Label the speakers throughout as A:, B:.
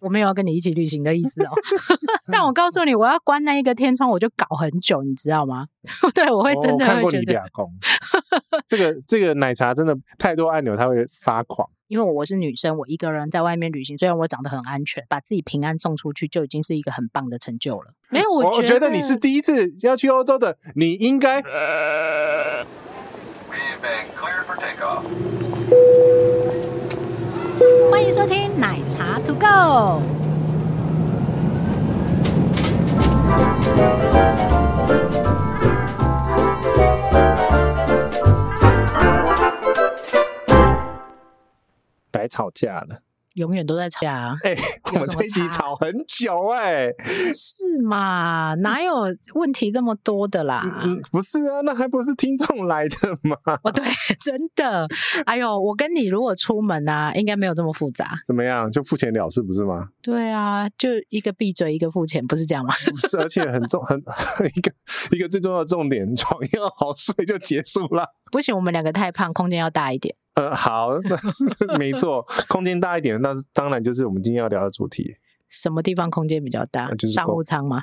A: 我没有要跟你一起旅行的意思哦。
B: 嗯
A: 但我告诉你，我要关那一个天窗，我就搞很久，你知道吗？ 对，我会真
B: 我
A: 的
B: 哦看
A: 会
B: 过
A: 觉
B: 你
A: 得，
B: 俩 公，这个这个奶茶真的太多按钮，它会发狂。
A: 因为我是女生，我一个人在外面旅行，虽然我长得很安全，把自己平安送出去就已经是一个很棒的成就了。没有，
B: 我
A: 觉
B: 得你是第一次要去欧洲的，你应该
C: We've been cleared for takeoff.
A: 欢迎收听奶茶 To Go。
B: 白吵架了。
A: 永远都在吵架、啊，
B: 哎、我们
A: 什么
B: 这一集
A: 差啊
B: 吵很久哎、
A: 是嘛？ 哪有问题这么多的啦？
B: 嗯，不是啊，那还不是听众来的吗？
A: 哦，对， 真的，哎呦，我跟你如果出门啊，应该没有这么复杂。
B: 怎么样，就付钱了事不是吗？
A: 对啊，就一个闭嘴，一个付钱，不是这样吗？
B: 不是，而且很重，很 一个一个最重要的重点，床要好睡就结束了。
A: 不行，我们两个太胖，空间要大一点。
B: 呃，好，那没错，空间大一点，那是当然就是我们今天要聊的主题，
A: 什么地方空间比较大
B: 那？就是
A: 商
B: 够
A: 务舱吗？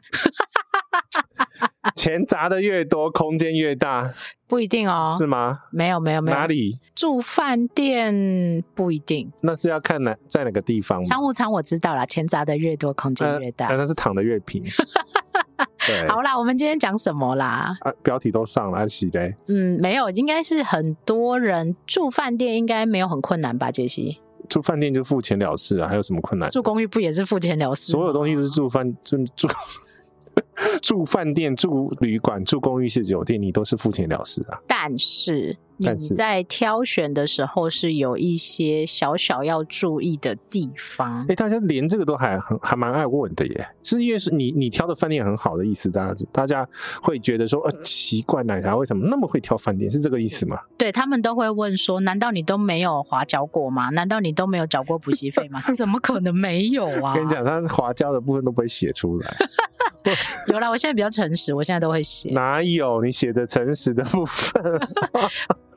A: 啊
B: 钱砸的越多，空间越大，
A: 不一定哦。
B: 是吗？
A: 没有没有没有
B: 哪，里？
A: 住饭店不一定。
B: 那是要看哪在哪个地方嘛
A: 商。务舱我知道啦，钱砸的越多，空间
B: 嗯呃
A: 越大。
B: 呃那是躺的越 平。对，
A: 好啦，我们今天讲什么啦？
B: 啊，标题都上了，啊是嘞。
A: 嗯，没有，应该是很多人住饭店应该没有很困难吧？杰西，
B: 住饭店就付钱了事啊，还有什么困难？
A: 住哦公寓不也是付钱了事吗？
B: 所有东西都是住饭住住 住饭店、住旅馆、住公寓式酒店，你都是付钱了事啊。
A: 但是你
B: 但是
A: 在挑选的时候是有一些小小要注意的地方
B: 哎、。大家连这个都还很还蛮爱问的耶，是因为是你你挑的饭店很好的意思，大家知大家会觉得说，呃，奇怪，奶茶为什么那么会挑饭店？是这个意思吗？
A: 对他们都会问说：难道你都没有滑交过吗？难道你都没有缴过补习费吗？ 怎么可能没有啊？
B: 跟你讲，他滑胶的部分都不会写出来，
A: 有啦，我现在比较诚实，我现在都会写。
B: 哪有你写的诚实的 部分？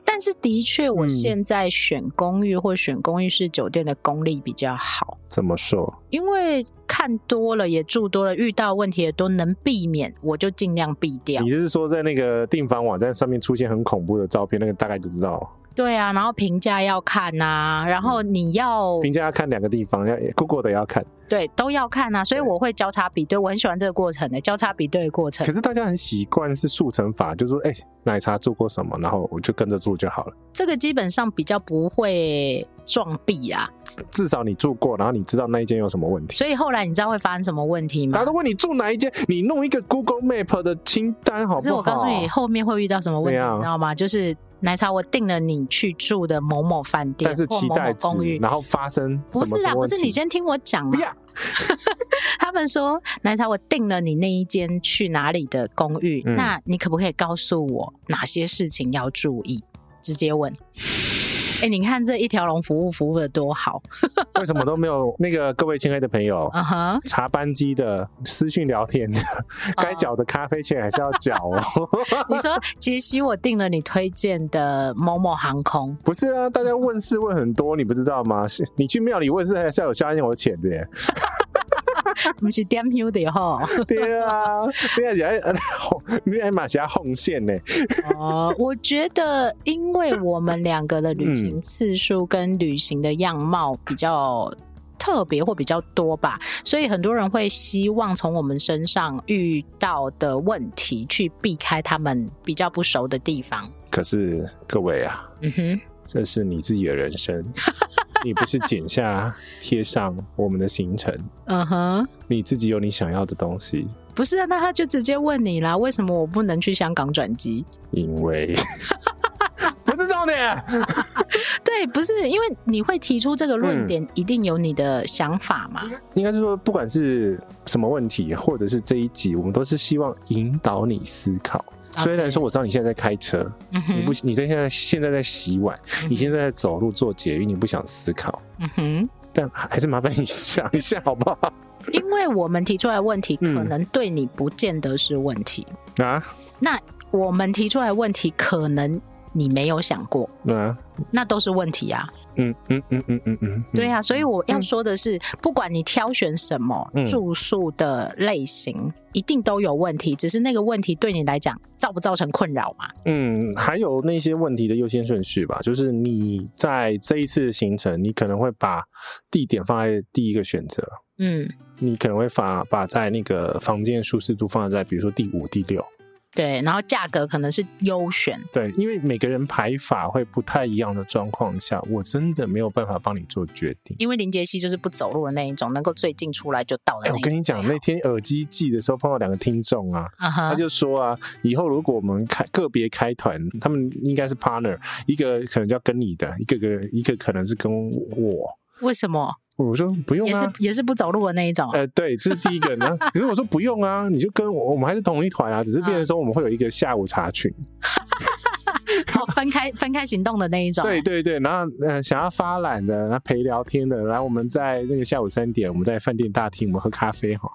A: 但是的确，我
B: 嗯
A: 现在选公寓或选公寓式酒店的功力比较好，
B: 怎么说？
A: 因为看多了也住多了，遇到问题也多，能避免我就尽量避掉
B: 你。是说在那个订房网站上面出现很恐怖的照片，那个大概就知道。
A: 对啊，然后评价要看呐、然后你要
B: 嗯评价要看两个地方，要 Google 的也要看。
A: 对，都要看啊，所以
B: 对
A: 我会交叉比对，我很喜欢这个过程的、交叉比对的过程
B: 可。是大家很习惯是速成法，就是说，哎、奶茶做过什么，然后我就跟着做就好了。
A: 这个基本上比较不会撞壁啊，
B: 至少你做过，然后你知道那一间有什么问题。
A: 所以后来你知道会发生什么问题吗
B: 大家？都问你住哪一间，你弄一个 Google Map 的清单好不好？
A: 可是我告诉你，后面会遇到什么问题，
B: 怎样
A: 你知道吗？就是奶茶，我订了你去住的某某饭店
B: 但是
A: 或
B: 期
A: 某
B: 待
A: 某
B: 值
A: 公寓，
B: 然后发生什
A: 不
B: 么
A: 是
B: 什
A: 啦，
B: 么
A: 不
B: 问
A: 是
B: 题
A: 你先听我讲嘛
B: 不。要
A: 他们说奶茶，我订了你那一间去哪里的公寓，
B: 嗯
A: 那你可不可以告诉我哪些事情要注意？直接问。哎、你看这一条龙服务服务的多好，
B: 为什么都没有那个各位亲爱的朋友。
A: 嗯哼，
B: 查班机的私讯聊天的，该缴的咖啡钱还是要缴哦。
A: 你说杰西，我订了你推荐的某某航空，
B: 不是啊，大家问事问很多，你不知道吗？是你去庙里问事还是要有香烟有钱的耶。
A: 不是 damn you 的吼。
B: 对啊，你还写你还马写红线呢？
A: 哦，我觉得，因为我们两个的旅行次数跟旅行的样貌比较特别或比较多吧，所以很多人会希望从我们身上遇到的问题去避开他们比较不熟的地方。
B: 可是各位啊，
A: 嗯哼，
B: 这是你自己的人生，你不是剪下贴上我们的行程，
A: 嗯哼，
B: 你自己有你想要的东西，
A: 不是啊，那他就直接问你啦，为什么我不能去香港转机？
B: 因为不是重点。
A: 对，不是因为你会提出这个
B: 嗯
A: 论点，一定有你的想法嘛？
B: 应该是说，不管是什么问题，或者是这一集，我们都是希望引导你思考。
A: 啊
B: 虽然说我知道你现在在开车，
A: 嗯
B: 你
A: 哼
B: 不，你在现在现在在洗碗，你现
A: 在，
B: 在在走路做捷运，你不想思考，
A: 嗯哼。
B: 但还是麻烦你想一下好不 好？
A: 因为我们提出来的问题，可
B: 嗯
A: 能对你不见得是问题。
B: 啊，
A: 我们提出来的问题，可能你没有想过，
B: 那
A: 那都是问题啊。
B: 啊嗯嗯嗯嗯嗯嗯，
A: 对
B: 呀，
A: 啊，所以我要说的是，不管你挑选什么
B: 嗯
A: 住宿的类型，一定都有问题，只是那个问题对你来讲造不造成困扰嘛？
B: 嗯，还有那些问题的优先顺序吧，就是你在这一次的行程，你可能会把地点放在第一个选择，
A: 嗯，
B: 你可能会把把在那个房间舒适度放在比如说第五、第六，
A: 对，然后价格可能是优选，
B: 对，因为每个人排法会不太一样的状况下，我真的没有办法帮你做决定。
A: 因为林杰西就是不走路的那一种，能够最近出来就到的那
B: 哎、
A: 一
B: 我
A: 种。
B: 跟你讲，那天耳机寄的时候碰到两个听众啊，
A: 啊哈，
B: 他就说啊，以后如果我们开个别开团，他们应该是 partner，一个可能叫跟你的，一个个一个可能是跟我。
A: 为什么
B: 我说不用
A: 也是
B: 啊，
A: 也是不走路的那一种啊？
B: 呃，对，这是第一个呢。可是我说不用啊，你就跟我，我们还是同一团啊，只是变成说我们会有一个下午茶群。
A: 哦，分开分开行动的那一种。
B: 对对对，然后呃，想要发懒的，然后陪聊天的，然后我们在那个下午三点，我们在饭店大厅，我们喝咖啡哈。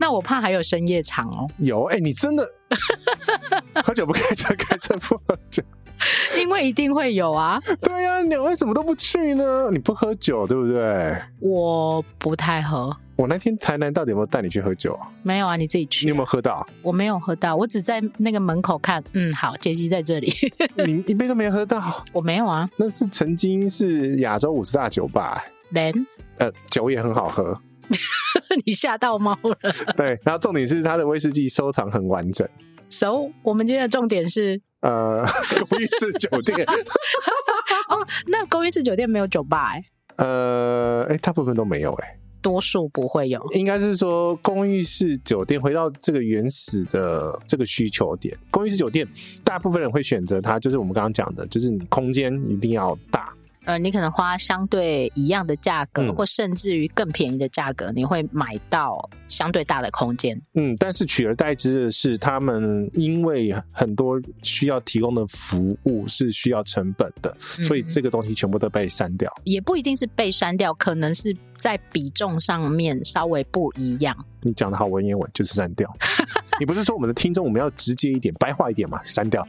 A: 那我怕还有深夜场哦，
B: 有哎、你真的喝酒不开车，开车不喝酒。
A: 因为一定会有啊。
B: 对呀、你为什么都不去呢？你不喝酒对不对？
A: 我不太喝，
B: 我那天台南到底有没有带你去喝酒啊？
A: 没有啊，你自己
B: 你
A: 去
B: 有
A: 啊、
B: 没有喝到？
A: 我没有喝到，我只在那个门口看。嗯，好，杰西在这里，
B: 你一杯都没喝到，
A: 我没有啊。
B: 那是曾经是亚洲五十大酒吧、哎
A: Then
B: 呃，酒也很好喝，
A: 你吓到猫了。
B: 对。然后重点是它的威士忌收藏很完整，
A: So，我们今天的重点是，
B: 呃， 公寓式酒店，
A: 哦，那公寓式酒店没有酒吧、欸，
B: 呃，哎、大部分都没有、哎。
A: 多数不会有。
B: 应该是说公寓式酒店回到这个原始的这个需求点，公寓式酒店大部分人会选择它，就是我们刚刚讲的，就是你空间一定要大，
A: 呃，你可能花相对一样的价格，
B: 嗯
A: 或甚至于更便宜的价格，你会买到相对大的空间。
B: 嗯，但是取而代之的是，他们因为很多需要提供的服务是需要成本的，所以
A: 嗯
B: 这个东西全部都被删掉。
A: 也不一定是被删掉，可能是在比重上面稍微不一样。
B: 你讲的好文言文，就是删掉。你不是说我们的听众我们要直接一点、白话一点嘛？删掉。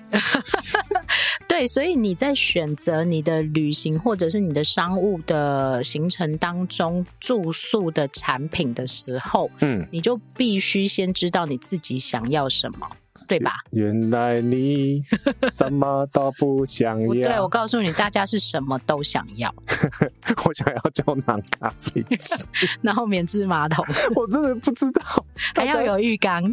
A: 对，所以你在选择你的旅行或者是你的商务的行程当中住宿的产品的时候，
B: 嗯，
A: 你就必须先知道你自己想要什么，对吧？
B: 原来你什么都不想
A: 不对，
B: 要
A: 我。告诉你，大家是什么都想要，
B: 我想要胶囊咖啡机，
A: 然后免治马 桶，
B: 我真的不知道。
A: 还要有浴缸。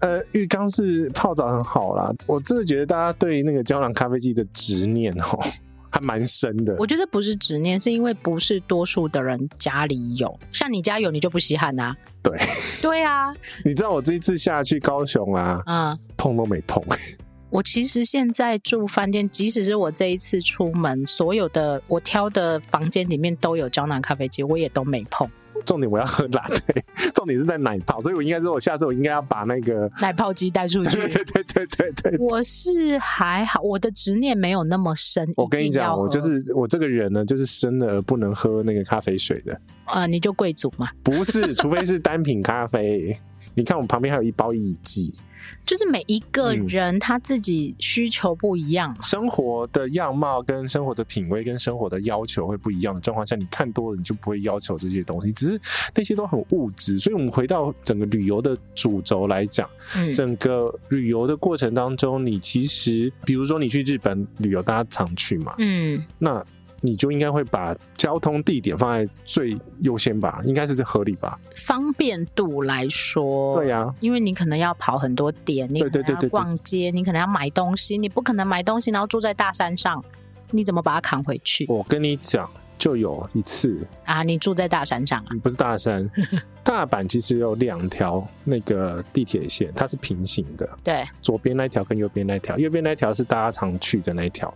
B: 呃，浴缸是泡澡很好啦，我真的觉得大家对那个胶囊咖啡机的执念哦， 还蛮深的。
A: 我觉得不是执念，是因为不是多数的人家里有，像你家有你就不稀罕呐、
B: 对，
A: 对啊，
B: 你知道我这一次下去高雄啊，
A: 嗯。
B: 碰都没碰。
A: 我其实现在住饭店，即使是我这一次出门，所有的我挑的房间里面都有胶囊咖啡机，我也都没碰。
B: 重点我要喝拉对， 重点是在奶泡，所以我应该说，我下次我应该要把那 个，
A: 奶泡机带出
B: 对
A: 去，
B: 对对对 对。
A: 我是还好，我的执念没有那么深。
B: 我跟你
A: 一定要
B: 讲，
A: 喝
B: 我就是我这个人呢，就是生了而不能喝那个咖啡水的，
A: 呃，你就贵族嘛，
B: 不是，除非是单品咖啡。你看我旁边还有一包意基，
A: 就是每一个
B: 嗯
A: 人他自己需求不一样嘛。
B: 生活的样貌、跟生活的品味、跟生活的要求会不一样的状况下，你看多了你就不会要求这些东西，只是那些都很物质。所以，我们回到整个旅游的主轴来讲，
A: 嗯，
B: 整个旅游的过程当中，你其实，比如说你去日本旅游，大家常去嘛，
A: 嗯，
B: 那你就应该会把交通地点放在最优先吧，应该是这合理吧？
A: 方便度来说，
B: 对呀、啊
A: 因为你可能要跑很多点，你可
B: 对
A: 能
B: 对对对
A: 要
B: 对
A: 逛街，你可能要买东西，你不可能买东西然后住在大山上，你怎么把它扛回去
B: 我跟你讲，就有一次，
A: 啊？你住在大山上啊？
B: 不是 大山，大阪其实有两条那个地铁线，它是平行的，
A: 对，
B: 左边那一条跟右边那一条，右边那一条是大家常去的那一条。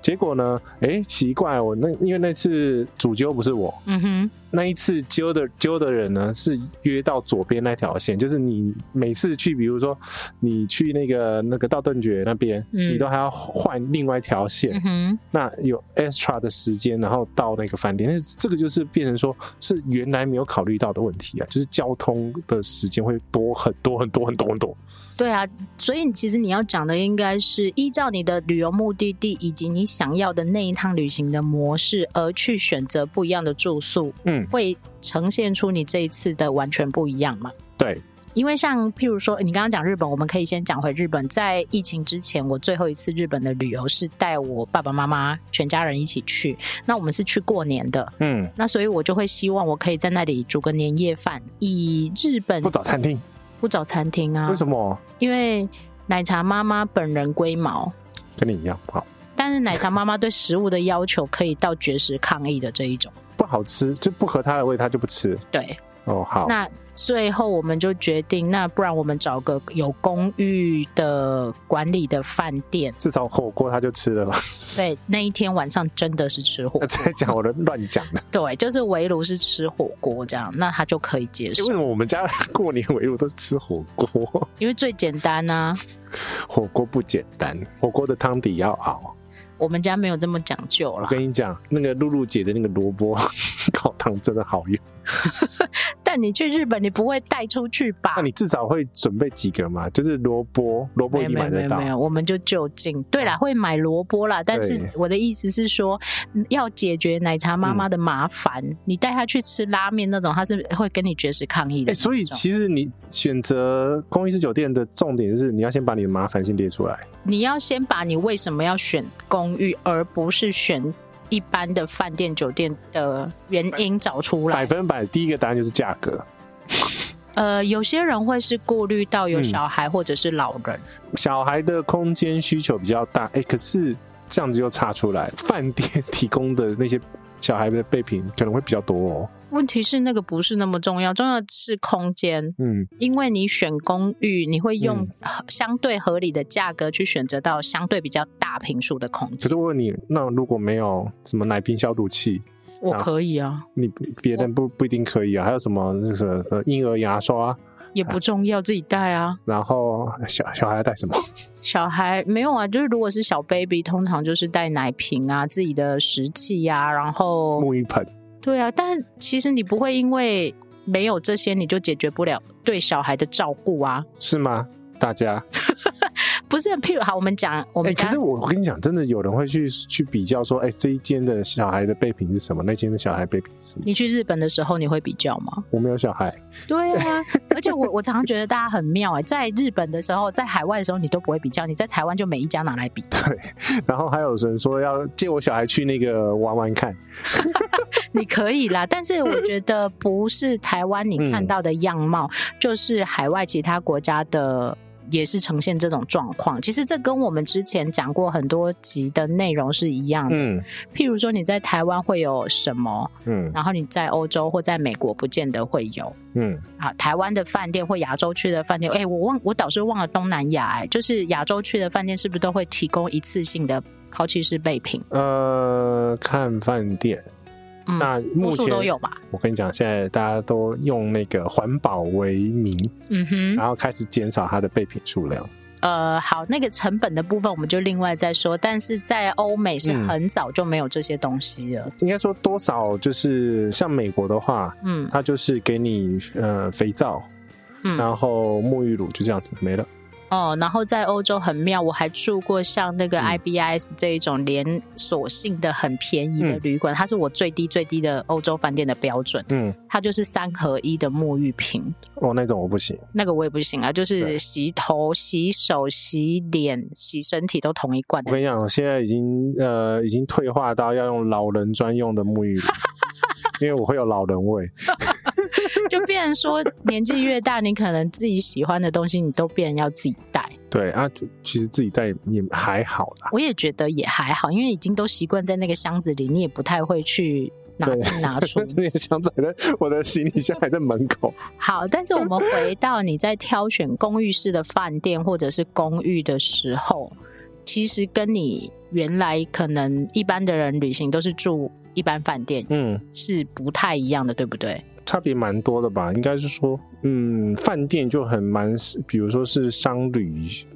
B: 结果呢，诶，奇怪，我那因为那次主揪不是我，
A: 嗯哼，
B: 那一次揪的揪的人呢是约到左边那条线，就是你每次去，比如说你去那个那个道顿崛那边，
A: 嗯
B: 你都还要换另外一条线，
A: 嗯哼，
B: 那有 extra 的时间，然后到那个饭店，但是这个就是变成说是原来没有考虑到的问题啊，就是交通的时间会多很多很多很多很多。
A: 对啊，所以其实你要讲的应该是依照你的旅游目的地以及你想要的那一趟旅行的模式，而去选择不一样的住宿，
B: 嗯，
A: 会呈现出你这一次的完全不一样嘛？
B: 对，
A: 因为像譬如说，你刚刚讲日本，我们可以先讲回日本。在疫情之前，我最后一次日本的旅游是带我爸爸妈妈全家人一起去，那我们是去过年的，
B: 嗯，
A: 那所以我就会希望我可以在那里煮个年夜饭，以日本
B: 不找餐厅，
A: 不找餐厅啊
B: 为，什么？
A: 因为奶茶妈妈本人龟毛，
B: 跟你一样，好
A: 但是奶茶妈妈对食物的要求可以到绝食抗议的这一种。
B: 不好吃就不合他的胃，他就不吃。
A: 对，
B: 哦，好，
A: 那最后我们就决定，那不然我们找个有公寓的管理的饭店。
B: 至少火锅他就吃了吧。
A: 对，那一天晚上真的是吃火
B: 那
A: 锅，
B: 再讲我的乱讲 的，
A: 对，就是围炉是吃火锅这样，那他就可以接
B: 为
A: 受
B: 什，么我们家过年围炉都是吃火锅？
A: 因为最简单啊。
B: 火锅不简单，火锅的汤底要熬。
A: 我们家没有这么讲究
B: 我
A: 啦。
B: 跟你讲，那个露露姐的那个萝卜 烤汤真的好用。
A: 但你去日本，你不会带出去吧？
B: 那你至少会准备几个嘛？就是萝卜，萝卜
A: 没有
B: 你
A: 没有
B: 买
A: 没
B: 得
A: 有
B: 到
A: 没。有，我们就就近。对啦，会买萝卜啦，但是
B: 对嗯
A: 我的意思是说，嗯要解决奶茶妈妈的麻烦，你带她去吃拉面那种，她是会跟你绝食抗议
B: 哎、
A: 的那种。
B: 所以其实你选择公寓式酒店的重点就是你要先把你的麻烦先列出来。
A: 你要先把你为什么要选公寓，而不是选一般的饭店、酒店的原因找出
B: 百
A: 来。
B: 分百第一个答案就是价格。
A: 呃，有些人会是顾虑到有
B: 嗯
A: 小孩或者是老人，
B: 小孩的空间需求比较大，哎、可是这样子又差出来，饭店 提供的那些小孩的备品可能会比较多哦。
A: 问题是那个不是那么重要，重要的是空间。
B: 嗯，
A: 因为你选公寓，你会用合相对合理的价格去选择到相对比较大平数的空
B: 可
A: 间。
B: 是我问你，那如果没有什么奶瓶消毒器，
A: 我可以啊，
B: 你别人不不一定可以啊。还有什么那个呃婴儿牙刷，
A: 也不重要，自己带啊。
B: 然后小小孩要带什么？
A: 小孩没有啊，就是如果是小 baby，通常就是带奶瓶啊、自己的食器啊，然后
B: 沐浴盆。
A: 对啊。但其实你不会因为没有这些，你就解决不了对小孩的照顾啊。
B: 是吗？大家，
A: 不是，譬如好，我们讲我
B: 哎、
A: 们
B: 可
A: 家、
B: 是我跟你讲，真的有人会去去比较说，哎、这一间的小孩的备品是什么，那间的小孩备品是什么？
A: 你去日本的时候，你会比较吗？
B: 我没有小孩，
A: 对 啊，而且我我常常觉得大家很妙哎、在日本的时候，在海外的时候你都不会比较，你在台湾就每一家拿来比，
B: 然后还有人说要借我小孩去那个玩玩看，
A: 你可以啦。但是我觉得不是台湾你
B: 嗯
A: 看到的样貌，就是海外其他国家的。也是呈现这种状况，其实这跟我们之前讲过很多集的内容是一样的。
B: 嗯
A: 譬如说你在台湾会有什么，
B: 嗯
A: 然后你在欧洲或在美国不见得会有。
B: 嗯，
A: 啊，台湾的饭店或亚洲区的饭店，哎、我忘我倒是忘了东南亚，哎，就是亚洲区的饭店是不是都会提供一次性的抛弃式备品？
B: 呃，看饭店。
A: 嗯
B: 那目
A: 多数
B: 前
A: 都有吧？
B: 我跟你讲，现在大家都用那个环保为名，
A: 嗯哼，
B: 然后开始减少它的备品数量。
A: 呃，好，那个成本的部分我们就另外再说，但是在欧美是
B: 嗯
A: 很早就没有这些东西了。
B: 应该说多少就是像美国的话，
A: 嗯
B: 它就是给你呃肥皂，
A: 嗯，
B: 然后沐浴乳就这样子没了。
A: 哦，然后在欧洲很妙，我还住过像那个
B: 嗯
A: IBS 这一种连锁性的很便宜的
B: 嗯
A: 旅馆，它是我最低最低的欧洲饭店的标准，
B: 嗯，
A: 它就是三合一的沐浴品。
B: 哦，那种我不行。
A: 那个我也不行啊，就是
B: 对
A: 洗头、洗手、洗脸、洗身体都同一罐
B: 我
A: 的
B: 跟。你讲，我现在已经呃已经退化到要用老人专用的沐浴 乳，因为我会有老人味。
A: 就变成说，年纪越大，你可能自己喜欢的东西，你都变成要自己带。
B: 对啊，就其实自己带也还好啦。
A: 我也觉得也还好，因为已经都习惯在那个箱子里，你也不太会去拿
B: 对。
A: 进拿出
B: 那个箱子还在我的行李箱还在门口。
A: 好，但是我们回到你在挑选公寓式的饭店或者是公寓的时候，其实跟你原来可能一般的人旅行都是住一般饭店
B: 嗯，
A: 是不太一样的，对不对？
B: 差别蛮多的吧？应该是说，嗯，饭店就很蛮，比如说是商旅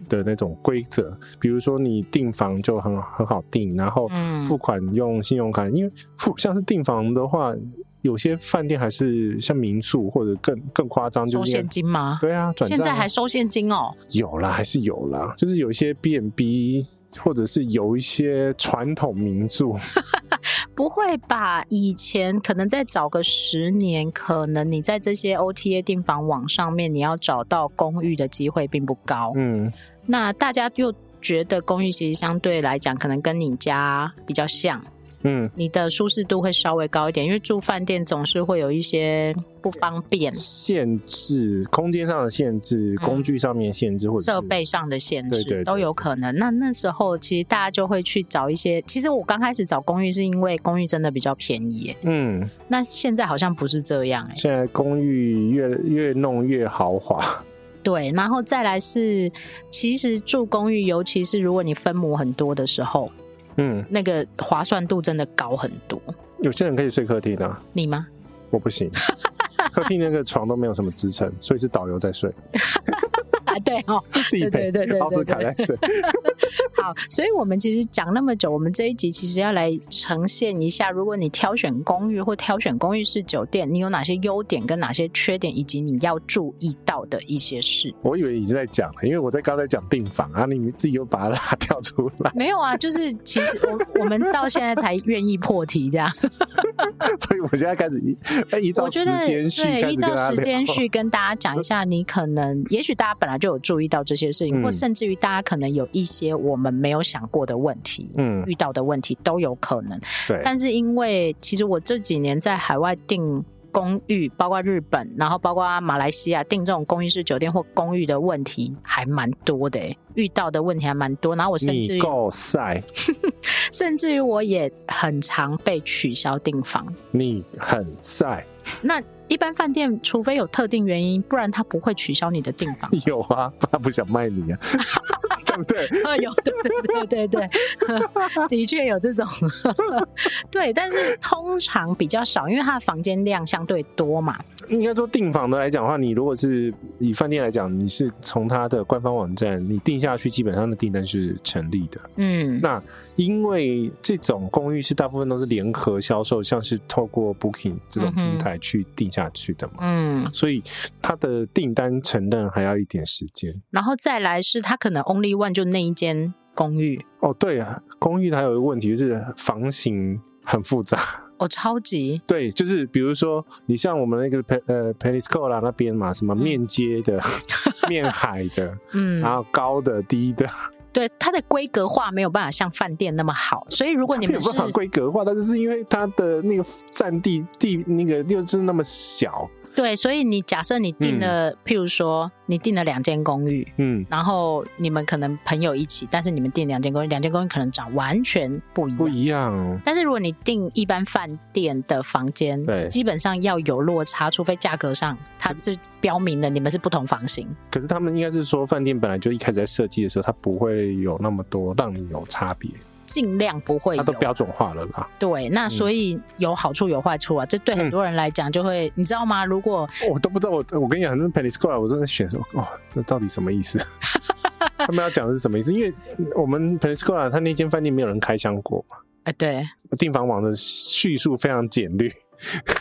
B: 的那种规则，比如说你订房就很很好订，然后
A: 嗯
B: 付款用信用卡，因为付像是订房的话，有些饭店还是像民宿或者更更夸张，就
A: 收
B: 是因为
A: 现金吗？
B: 对啊，转账
A: 现在
B: 啊
A: 还收现金哦，
B: 有啦，还是有啦，就是有一些 B&B 或者是有一些传统民宿，
A: 不会吧？以前可能再早个十年，可能你在这些 OTA 订房网上面，你要找到公寓的机会并不高。
B: 嗯，
A: 那大家又觉得公寓其实相对来讲，可能跟你家比较像，
B: 嗯，
A: 你的舒适度会稍微高一点，因为住饭店总是会有一些不方便，
B: 限制空间上的限制，
A: 嗯
B: 工具上面的限制，或者是
A: 设备上的限
B: 对对
A: 制
B: 对
A: 都有可能。那那时候其实大家就会去找一些，其实我刚开始找公寓是因为公寓真的比较便宜耶，
B: 嗯，
A: 那现在好像不是这样哎。
B: 现在公寓越越弄越豪华，
A: 对，然后再来是，其实住公寓，尤其是如果你分母很多的时候，
B: 嗯，
A: 那个划算度真的高很多。
B: 有些人可以睡客厅啊，
A: 你吗？
B: 我不行，客厅那个床都没有什么支撑，所以是导游在睡，
A: 啊，对哦，
B: 自己陪
A: 对对对对
B: 奥斯卡在睡，
A: 好，所以我们其实讲那么久，我们这一集其实要来呈现一下，如果你挑选公寓或挑选公寓式酒店，你有哪些优点跟哪些缺点，以及你要注意到的一些事。
B: 我以为你是在讲了，因为我在刚才讲订房啊，你们自己又把它拉掉出来，
A: 没有啊，就是其实我我们到现在才愿意破题这样。
B: 所以我现在开始依哎依照
A: 我觉
B: 时
A: 得
B: 间序开
A: 对，
B: 始
A: 依
B: 跟
A: 照
B: 他
A: 时
B: 聊
A: 间序跟大家讲一下，你可能也许大家本来就有注意到这些事情，
B: 嗯
A: 或甚至于大家可能有一些我们没有想过的问题。
B: 嗯，
A: 遇到的问题都有可能，
B: 对，
A: 但是因为其实我这几年在海外订公寓，包括日本，然后包括马来西亚订这种公寓式酒店或公寓的问题还蛮多的、欸，遇到的问题还蛮多。然后我甚至
B: 你
A: 于
B: 够晒，
A: 甚至于我也很常被取消订房。
B: 你很晒，
A: 那一般饭店除非有特定原因，不然他不会取消你的订 房。
B: 有啊，他不想卖你啊， 对不对？
A: 啊，有，对对对对对， 的确有这种， 对，但是通常比较少，因为他的房间量相对多嘛。
B: 应该说订房的来讲的话，你如果是以饭店来讲，你是从它的官方网站你订下去，基本上的订单是成立的。
A: 嗯，
B: 那因为这种公寓是大部分都是联合销售，像是透过 Booking 这种平台去订下去的嘛，
A: 嗯，
B: 所以它的订单承认还要一点时间。
A: 然后再来是他可能 only one 就那一间公寓，
B: 哦，对啊，公寓还有一个问题就是房型很复杂。
A: 哦，超级，
B: 对，就是比如说，你像我们那个 Pe- 呃 Perisco 啦那边嘛，什么
A: 嗯
B: 面街 的、面海的，
A: 嗯，
B: 然后高的、低的，
A: 对，它的规格化没有办法像饭店那么好，所以如果你
B: 没有
A: 们是
B: 办法规格化，但是是因为它的那个占地地那个又是那么小，
A: 对，所以你假设你订了，譬如说你订了两间公寓，
B: 嗯，
A: 然后你们可能朋友一起，但是你们订两间公寓，两间公寓可能长完全不一
B: 不
A: 样。
B: 一样。哦
A: 但是如果你订一般饭店的房间，
B: 对
A: 基本上要有落差，除非价格上它是标明的你们是不同房型。
B: 可是他们应该是说，饭店本来就一开始在设计的时候，它不会有那么多让你有差别，
A: 尽量不会
B: 它
A: 有
B: 都嗯标准化了啦。
A: 对，那所以有好处有坏处啊，这对很多人来讲就会，你知道吗？如果
B: 哦我都不知道，我我跟你讲，那 Perisco 啊，我真的选说，哦，那到底什么意思？ 他们要讲的是什么意思？因为我们 Perisco 啊，他那间饭店没有人开箱过嘛，
A: 呃对，
B: 订房网的叙述非常简略，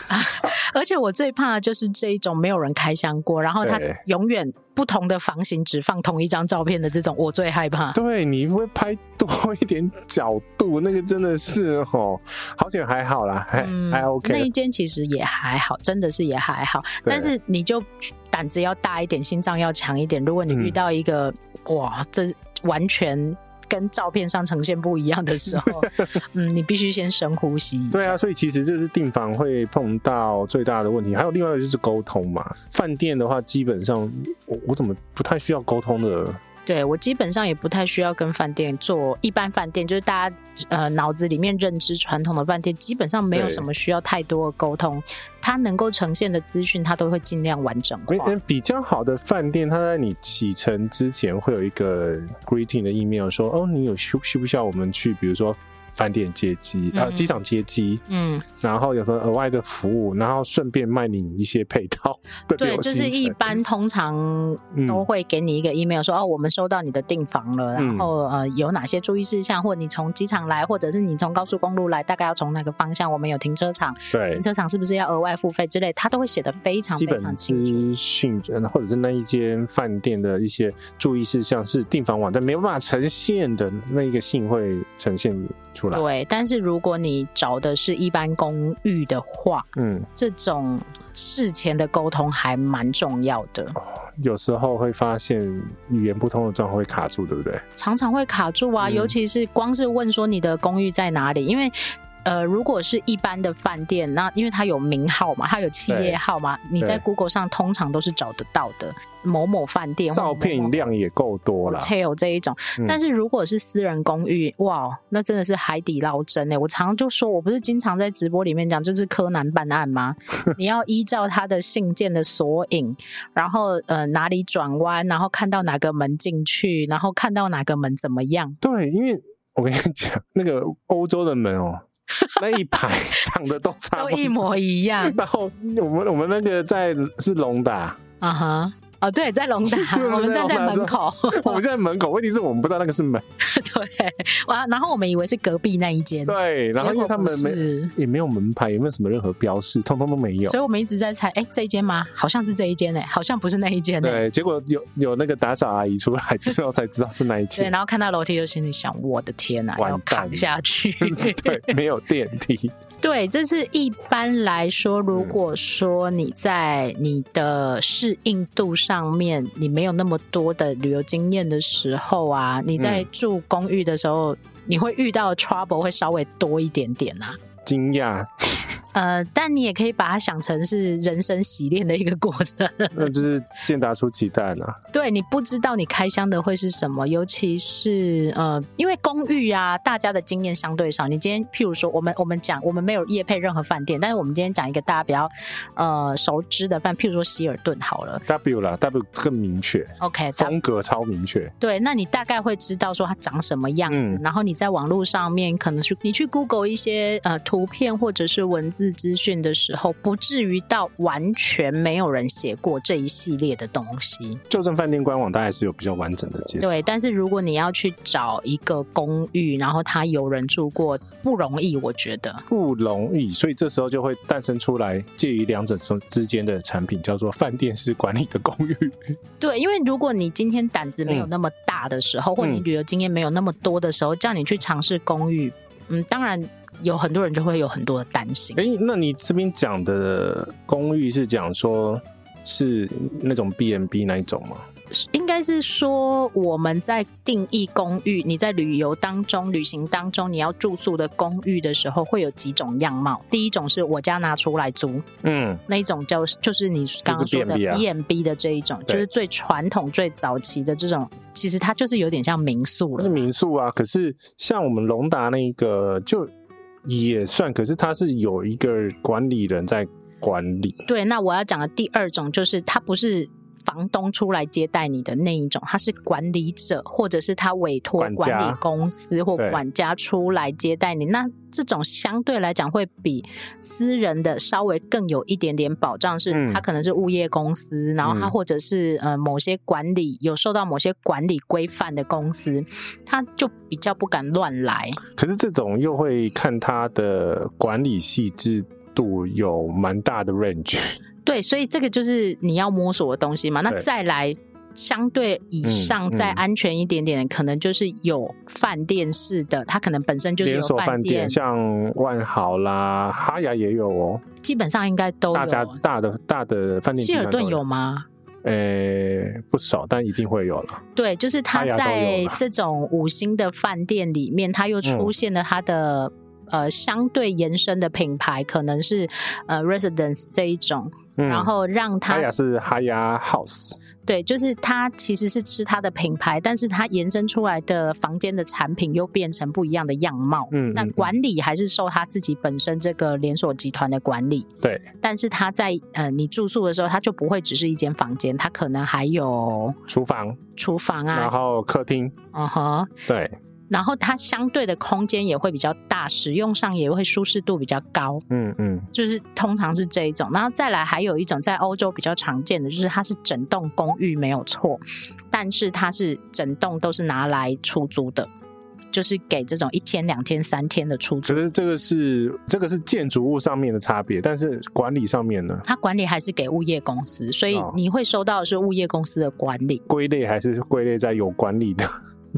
A: 而且我最怕的就是这一种没有人开箱过，然后它
B: 对
A: 永远不同的房型只放同一张照片的这种，我最害怕。
B: 对，你会拍多一点角度，那个真的是哦，好险还好啦，还、
A: 嗯，那
B: 还哎 OK，
A: 一间其实也还好，真的是也还好，
B: 对
A: 但是你就胆子要大一点，心脏要强一点。如果你
B: 嗯
A: 遇到一个、哇，这完全跟照片上呈现不一样的时 候，嗯，你必须先深呼吸一下。
B: 对啊，所以其实这是订房会碰到最大的问题，还有另外一个就是沟通嘛。饭店的话，基本上我我怎么不太需要沟通的？
A: 对我基本上也不太需要跟饭店做一般饭店，就是大家呃脑子里面认知传统的饭店，基本上没有
B: 对
A: 什么需要太多的沟通，它能够呈现的资讯，它都会尽量完整
B: 因
A: 化。
B: 为比较好的饭店，它在你启程之前会有一个 greeting 的 email 说，哦，你有需需不需要我们去，比如说饭店接机啊、呃
A: 嗯
B: 机场接机，
A: 嗯，
B: 然后有什么额外的服务，然后顺便卖你一些配套的旅
A: 对，
B: 游
A: 就
B: 行程。
A: 是一般通常都会给你一个 email 说、哦，我们收到你的订房了，
B: 嗯
A: 然后呃有哪些注意事项，或你从机场来，或者是你从高速公路来，大概要从哪个方向，我们有停车场，
B: 对
A: 停车场是不是要额外付费之类，他都会写的非常
B: 基
A: 非
B: 本
A: 常清楚。
B: 资讯，呃或者是那一间饭店的一些注意事项，是订房网站没有办法呈现的那一个信会呈现出来。
A: 对，但是如果你找的是一般公寓的话，
B: 嗯，
A: 这种事前的沟通还蛮重要的，
B: 有时候会发现语言不通的状况会卡住，对不对？
A: 常常会卡住啊，
B: 嗯
A: 尤其是光是问说你的公寓在哪里，因为。呃，如果是一般的饭店，那因为它有名号嘛，它有企业号嘛，你在
B: 对
A: Google 上通常都是找得到的。某某饭店、
B: 照片量也够多啦。
A: hotel 这一种，
B: 嗯
A: 但是如果是私人公寓，哇，哦那真的是海底捞针哎！我常常就说，我不是经常在直播里面讲，就是柯南办案吗？ 你要依照他的信件的索引，然后呃哪里转弯，然后看到哪个门进去，然后看到哪个门怎么样，
B: 对，因为我跟你讲，那个欧洲的门哦， 那一排长得都差
A: 都
B: 不
A: 一
B: 多。
A: 模一样
B: 然后我们我们那个在是龙达、，
A: 啊哈。哦，对，在龙达 我们站在门口，
B: 我们在门口，问题是我们不知道那个是门。
A: 对，哇，然后我们以为是隔壁那一间，
B: 对，然后因为他们
A: 结果不
B: 没
A: 是，
B: 也没有门牌，也没有什么任何标示，通通都没有
A: 所。以我们一直在猜，哎，这一间吗？好像是这一间呢，好像不是那一间呢。欸
B: 对，结果有有那个打扫阿姨出来之后才知道是哪一
A: 对，
B: 间。
A: 然后看到楼梯就心里想：我的天呐、
B: 完
A: 要
B: 蛋
A: 扛下 去。
B: 对，没有电梯。
A: 对，这是一般来说，如果说你在你的适应度上面，你没有那么多的旅游经验的时候啊，你在住公寓的时候，你会遇到 trouble 会稍微多一点点啊。
B: 惊讶，
A: 呃，但你也可以把它想成是人生洗练的一个过程。
B: 那就是健达出奇蛋啊！
A: 对你不知道你开箱的会是什么，尤其是呃，因为公寓啊，大家的经验相对少。你今天譬如说，我们我们讲，我们没有业配任何饭店，但是我们今天讲一个大家比较呃熟知的饭，譬如说希尔顿好了
B: W 啦，W 更明确，
A: ，OK，大
B: 风格超明确。
A: 对，那你大概会知道说它长什么样子，
B: 嗯
A: 然后你在网络上面可能去你去 Google 一些呃图片或者是文字资讯的时候，不至于到完全没有人写过这一系列的东西。
B: 旧正饭店官网大概是有比较完整的介绍。
A: 对，但是如果你要去找一个公寓，然后他有人住过，不容易，我觉得。
B: 不容易，所以这时候就会诞生出来介于两者之之间的产品，叫做饭店式管理的公寓。
A: 对，因为如果你今天胆子没有
B: 嗯
A: 那么大的时候，或你
B: 嗯
A: 旅游经验没有那么多的时候，叫你去尝试公寓，嗯，当然有很多人就会有很多的担心。
B: 哎、那你这边讲的公寓是讲说是那种 B n B 那一种吗？
A: 应该是说我们在定义公寓，你在旅游当中、旅行当中，你要住宿的公寓的时候，会有几种样貌。第一种是我家拿出来租，
B: 嗯，
A: 那一种叫就是你刚刚说的
B: B&B 啊
A: B&B 的这一种，
B: 对
A: 就是最传统、最早期的这种，其实它就是有点像民宿
B: 是
A: 了。
B: 民宿啊。可是像我们龙达那个就也算，可是它是有一个管理人在管理。
A: 对，那我要讲的第二种就是它不是。房东出来接待你的那一种，他是管理者，或者是他委托
B: 管家
A: 管理公司或
B: 对
A: 管家出来接待你。那这种相对来讲会比私人的稍微更有一点点保障，是
B: 嗯
A: 他可能是物业公司，然后他
B: 嗯
A: 或者是呃某些管理有受到某些管理规范的公司，他就比较不敢乱来。
B: 可是这种又会看它的管理细致度有蛮大的 range。
A: 对，所以这个就是你要摸索的东西嘛。那
B: 对
A: 再来，相对以上
B: 嗯
A: 再
B: 嗯
A: 安全一点点，的，可能就是有饭店式的，它可能本身就是
B: 连
A: 有
B: 锁饭
A: 店，
B: 像万豪啦、哈雅也有哦，
A: 基本上应该都
B: 大家
A: 有。
B: 大的大的饭店
A: 希
B: 集
A: 尔
B: 团都
A: 顿有？吗？
B: 呃、不少，但一定会有了。
A: 对，就是它
B: 哈雅都
A: 在
B: 有了
A: 这种五星的饭店里面，它又出
B: 嗯
A: 现了它的、呃相对延伸的品牌，可能是呃 Residence 这一种，
B: 嗯
A: 然后让它
B: 哈雅是哈雅 House，
A: 对，就是它其实是吃它的品牌，但是它延伸出来的房间的产品又变成不一样的样貌。
B: 嗯，
A: 那
B: 嗯
A: 管理还是受它自己本身这个连锁集团的管理，
B: 对。
A: 但是它在呃你住宿的时候，它就不会只是一间房间，它可能还有
B: 厨房，
A: 厨房
B: 然
A: 啊，
B: 后客厅，
A: 嗯哼，
B: 对，
A: 然后它相对的空间也会比较大，使用上也会舒适度比较高，
B: 嗯嗯，
A: 就是通常是这一种。然后再来还有一种在欧洲比较常见的，就是它是整栋公寓没有错，但是它是整栋都是拿来出租的，就是给这种一天、两天、三天的出租
B: 可。是这个是这个是建筑物上面的差别，但是管理上面呢，
A: 它管理还是给物业公司，所以
B: 哦
A: 你会收到的是物业公司的管理。
B: 归类还是归类在有管理的，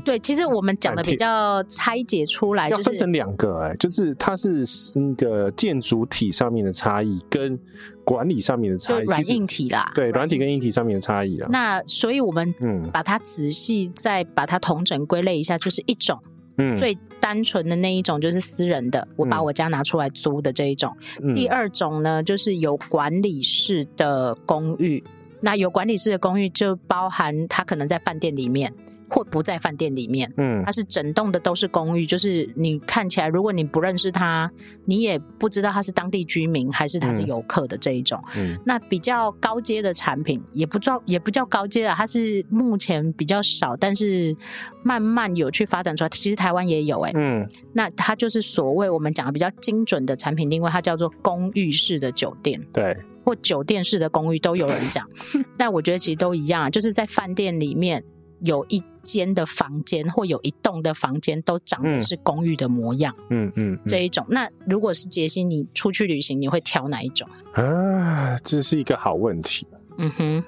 A: 对，其实我们讲的比
B: 产品
A: 较拆解出来，
B: 要
A: 就
B: 分
A: 是
B: 成两个哎、就是它是那个建筑体上面的差异跟管理上面的
A: 就
B: 差异，
A: 软
B: 其实
A: 硬体啦。
B: 对软体跟硬体上面的差异啊，
A: 那所以我们
B: 嗯
A: 把它仔细再把它统整归类一下，就是一种
B: 嗯，
A: 最单纯的那一种，就是私人的，我把
B: 嗯
A: 我家拿出来租的这一种。
B: 嗯
A: 第二种呢，就是有管理室的公寓。那有管理室的公寓就包含它可能在饭店里面或不在饭店里面。
B: 嗯
A: 它是整栋的都是公寓，就是你看起来，如果你不认识他，你也不知道他是当地居民还是他是
B: 嗯
A: 游客的这一种。
B: 嗯
A: 那比较高阶的产品，也不叫也不叫高阶了，它是目前比较少，但是慢慢有去发展出来。其实台湾也有哎、
B: 嗯
A: 那它就是所谓我们讲的比较精准的产品定位，它叫做公寓式的酒店。
B: 对，
A: 或酒店式的公寓都有人 讲，但我觉得其实都一样啊，就是在饭店里面有一间的房间或有一栋的房间都长得
B: 嗯
A: 是公寓的模样，
B: 嗯嗯，
A: 这一种。那如果是杰西，你出去旅行你会挑哪一种？
B: 啊，这是一个好问题，
A: 嗯哼，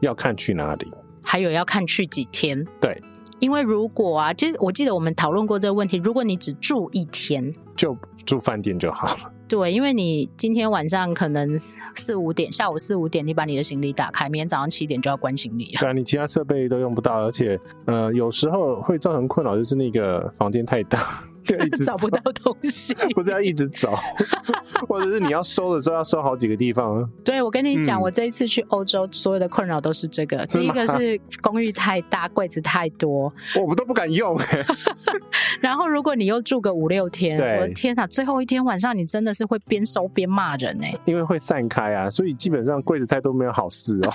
B: 要看去哪里。
A: 还有要看去几天。
B: 对，
A: 因为如果啊，其实我记得我们讨论过这个问题，如果你只住一天。
B: 就住饭店就好了。
A: 对，因为你今天晚上可能四四五点，下午四五点，你把你的行李打开，明天早上七点就要关行李了。
B: 对啊，你其他设备都用不到，而且呃，有时候会造成困扰，就是那个房间太大，要一直
A: 找不
B: 走，
A: 到东西，
B: 啊 不是要啊一直走， 或者是你要收的时候要收好几个地方。
A: 对，我跟你讲，
B: 嗯
A: 我这一次去欧洲，所有的困扰都是这个。第
B: 真
A: 一
B: 的
A: 个
B: 吗
A: 是公寓太大，柜子太多。
B: 我们都不敢用、欸，
A: 然后如果你又住个五六天，
B: 对
A: 我的天哪！最后一天晚上，你真的是会边收边骂人哎、
B: 因为会散开啊，所以基本上柜子太多没有好事哦、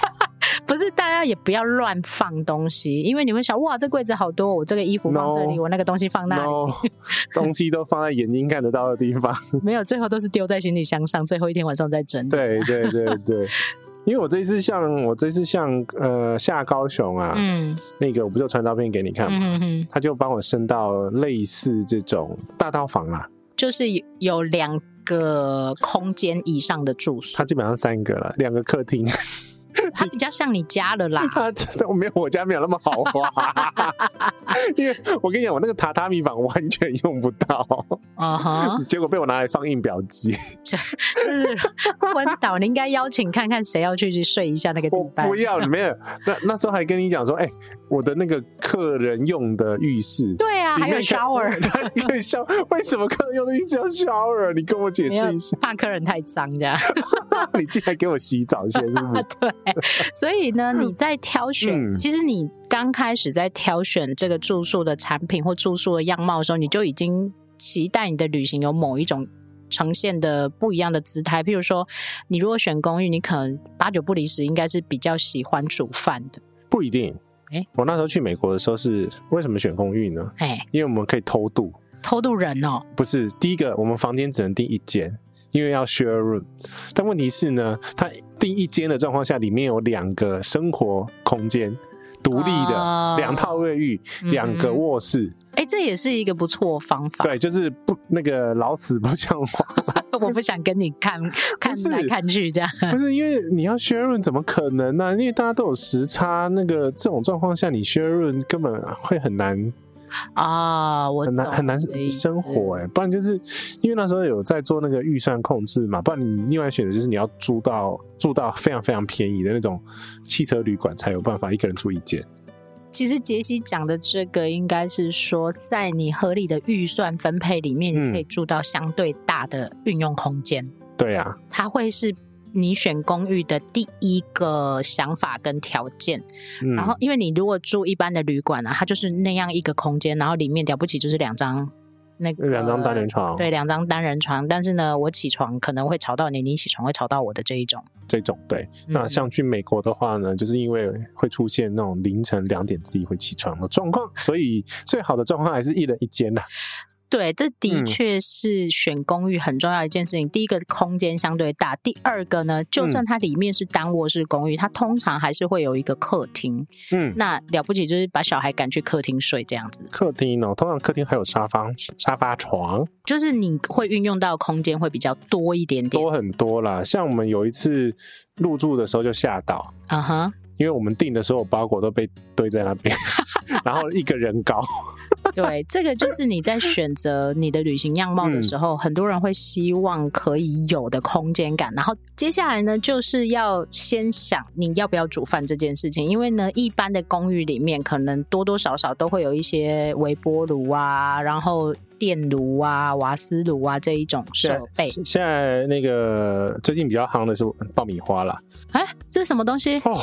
A: 不是，大家也不要乱放东西，因为你会想，哇，这柜子好多，我这个衣服放这里
B: No
A: 我那个东西放那里
B: no，东西都放在眼睛看得到的地方。
A: 没有，最后都是丢在行李箱上，最后一天晚上再整理。
B: 对对对对，因为我这一次像我这次像呃下高雄啊，
A: 嗯
B: 那个我不是有传照片给你看吗？
A: 嗯嗯嗯，
B: 他就帮我升到类似这种大套房啊啦，
A: 就是有有两个空间以上的住宿，
B: 它基本上三个了，两个客厅。
A: 它比较像你家了 啦。
B: 它我没有我家没有那么豪 华，因为我跟你讲，我那个榻榻米房完全用不到，
A: 嗯哼。
B: 结果被我拿来放印表机。
A: 就是昏倒，你应该邀请看看谁要去去睡一下那个地
B: 我
A: 板
B: 不。要，没有。那那时候还跟你讲说，哎、我的那个客人用的浴室。
A: 对啊，还有 shower，
B: 它可以 shower，为什么客人用的浴室要 shower？你跟我解
A: 没有
B: 释一下，
A: 怕客人太脏这样。
B: 你竟然给我洗澡先是不是？
A: 对，所以呢，你在挑选，
B: 嗯
A: 其实你刚开始在挑选这个住宿的产品或住宿的样貌的时候，你就已经期待你的旅行有某一种。呈现的不一样的姿态，譬如说，你如果选公寓，你可能八九不离十，应该是比较喜欢煮饭的。
B: 不一定。
A: 诶
B: 我那时候去美国的时候是为什么选公寓呢？
A: 哎，
B: 因为我们可以偷渡，
A: 偷渡人哦，
B: 不是第一个，我们房间只能订一间，因为要 share room。但问题是呢，它订一间的状况下，里面有两个生活空间，独立
A: 哦
B: 的两、套卫浴，
A: 嗯
B: 两个卧室。
A: 哎，这也是一个不错的方法。
B: 对，就是不那个老死不相往
A: 我不想跟你看 看
B: 是
A: 来看去这样。
B: 来，不是因为你要 share room 怎么可能呢、因为大家都有时差，那个这种状况下，你 share room 根本会很难
A: 啊、我
B: 很难
A: 懂
B: 很难
A: 你的意思
B: 生活哎、不然就是因为那时候有在做那个预算控制嘛，不然你另外选择就是你要租到住到非常非常便宜的那种汽车旅馆才有办法一个人住一间。
A: 其实杰西讲的这个，应该是说，在你合理的预算分配里面，
B: 嗯
A: 你可以住到相对大的运用空间，
B: 对啊，
A: 它会是你选公寓的第一个想法跟条件。
B: 嗯，
A: 然后，因为你如果住一般的旅馆啊，它就是那样一个空间，然后里面了不起就是两张那个
B: 两张单
A: 呃
B: 人。床，
A: 对，两张单人床，但是呢，我起床可能会吵到你，你起床会吵到我的这一种，
B: 这种对。
A: 嗯
B: 那像去美国的话呢，就是因为会出现那种凌晨两点自己会起床的状况，所以最好的状况还是一人一间啊啦。
A: 对，这的
B: 嗯
A: 确是选公寓很重要一件事情。第一个是空间相对大，第二个呢，就
B: 嗯
A: 算它里面是单卧室公寓，它通常还是会有一个客厅。
B: 嗯，
A: 那了不起就是把小孩赶去客厅睡这样子，
B: 客厅哦，通常客厅还有沙发、沙发床，
A: 就是你会运用到的空间会比较多一点点。
B: 多很多啦。像我们有一次入住的时候就吓到，
A: 嗯哼，
B: 因为我们订的所有包裹都被堆在那 边，然后一个人高。
A: 对，这个就是你在选择你的旅行样貌的时候，很多人会希望可以有的空间感。然后接下来呢，就是要先想你要不要煮饭这件事情，因为呢，一般的公寓里面可能多多少少都会有一些微波炉啊，然后电炉啊、瓦斯炉啊这一种设备。
B: 现在那个最近比较夯的是爆米花啦，
A: 哎，这是什么东西？
B: 哦，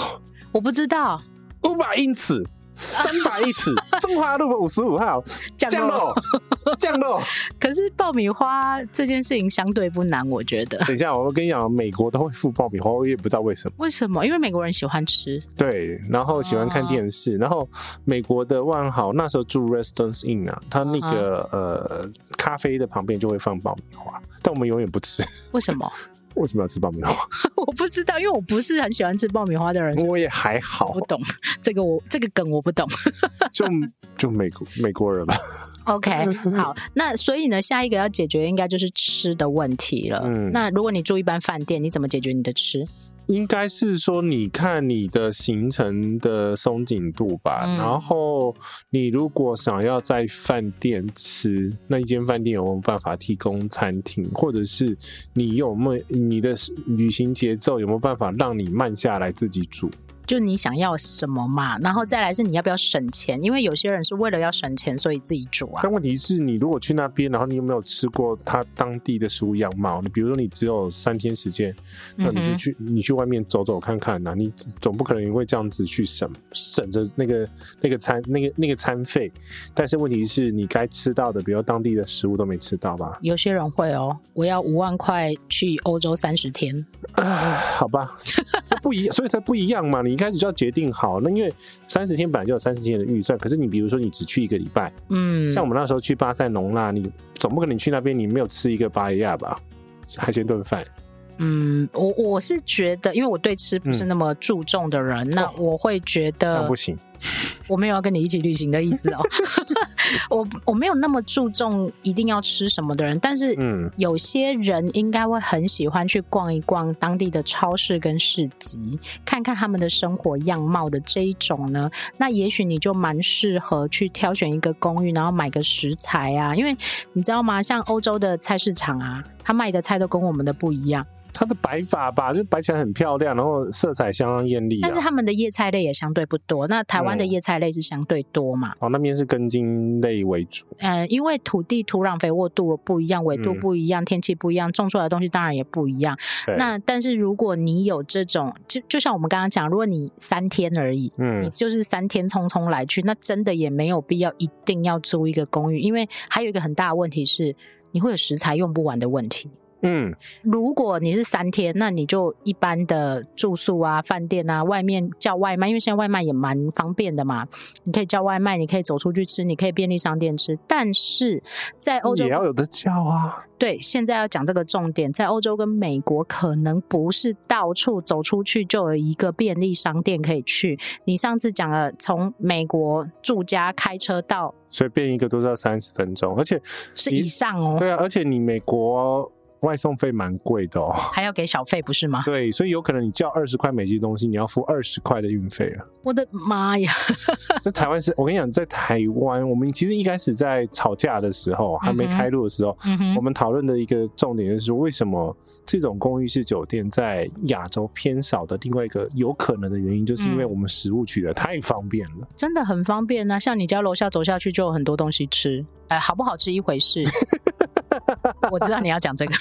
A: 我不知道。
B: 五百英尺。三百英 尺，中华路五十五号，
A: 降
B: 降
A: 落
B: 落，降落。
A: 可是爆米花这件事情相对不难，我觉得。
B: 等一下，我跟你讲，美国都会附爆米花，我也不知道为什么。
A: 为什么？因为美国人喜欢吃。
B: 对，然后喜欢看电视，然后美国的万豪那时候住 Residence Inn 啊，它那个、呃咖啡的旁边就会放爆米花，但我们永远不吃。
A: 为什么？
B: 为什么要吃爆米花？
A: 我不知道，因为我不是很喜欢吃爆米花的人，所以
B: 我也还好
A: 我不，懂这个我这个梗我不懂。
B: 就就美国美国人吧。
A: OK，好，那所以呢，下一个要解决应该就是吃的问题了。
B: 嗯
A: 那如果你住一般饭店，你怎么解决你的吃？
B: 应该是说，你看你的行程的松紧度吧。
A: 嗯
B: 然后，你如果想要在饭店吃，那一间饭店有没有办法提供餐厅，或者是你有没有你的旅行节奏有没有办法让你慢下来自己煮？
A: 就你想要什么嘛，然后再来是你要不要省钱，因为有些人是为了要省钱，所以自己煮啊。
B: 但问题是你如果去那边，然后你有没有吃过它当地的食物样貌？你比如说你只有三天时间，那你
A: 嗯
B: 就
A: 哼
B: 去、你去外面走走看看呐、你总不可能会这样子去省省着那个那个餐那个那个餐费。但是问题是你该吃到的，比如当地的食物都没吃到吧？
A: 有些人会哦，我要五万块去欧洲三十天，
B: 唉啊好吧， 不一样，所以才不一样嘛。你一开始就要决定好，那因为三十天本来就有三十天的预算，可是你比如说你只去一个礼拜，
A: 嗯，
B: 像我们那时候去巴塞隆纳，你总不可能去那边你没有吃一个巴耶亚吧？海鲜炖饭，
A: 嗯，我我是觉得，因为我对吃不是那么注重的人，那我会觉
B: 嗯哦那
A: 得
B: 不行。
A: 我没有要跟你一起旅行的意思 哦。我我没有那么注重一定要吃什么的人，但是
B: 嗯，
A: 有些人应该会很喜欢去逛一逛当地的超市跟市集，看看他们的生活样貌的这一种呢。那也许你就蛮适合去挑选一个公寓，然后买个食材啊，因为你知道吗？像欧洲的菜市场啊，他卖的菜都跟我们的不一样，
B: 它的摆法吧，就摆起来很漂亮，然后色彩相当艳丽、啊。
A: 但是他们的叶菜类也相对不多。那台湾的
B: 嗯
A: 叶菜类是相对多嘛？
B: 哦，那边是根茎类为主，
A: 呃，因为土地、土壤肥沃度不一样，纬度
B: 嗯
A: 不一样，天气不一样，种出来的东西当然也不一样
B: 对。
A: 那但是如果你有这种，就就像我们刚刚讲，如果你三天而已，你
B: 嗯，
A: 就是三天匆匆来去，那真的也没有必要一定要租一个公寓，因为还有一个很大的问题是，你会有食材用不完的问题。
B: 嗯，
A: 如果你是三天，那你就一般的住宿啊、饭店啊，外面叫外卖，因为现在外卖也蛮方便的嘛，你可以叫外卖，你可以走出去吃，你可以便利商店吃。但是在欧洲
B: 嗯也，要有的叫啊。
A: 对，现在要讲这个重点，在欧洲跟美国，可能不是到处走出去就有一个便利商店可以去。你上次讲了，从美国住家开车到
B: 随便一个都是要三十分钟，而且
A: 是
B: 你
A: 以上哦，
B: 对啊，而且你美国外送费蛮贵的哦。
A: 还要给小费不是吗？
B: 对，所以有可能你叫二十块美金的东西，你要付二十块的运费了。
A: 我的妈呀！
B: 在台湾是，我跟你讲，在台湾，我们其实一开始在吵架的时候，还没
A: 嗯哼
B: 开路的时候，
A: 嗯
B: 我
A: 哼，
B: 们讨论的一个重点就是为什么这种公寓式酒店在亚洲偏少的另外一个有可能的原因，就是因为
A: 嗯
B: 我们食物取得太方便了。
A: 真的很方便啊，像你家楼下走下去就有很多东西吃，哎，好不好吃一回 事。我知道你要讲这个，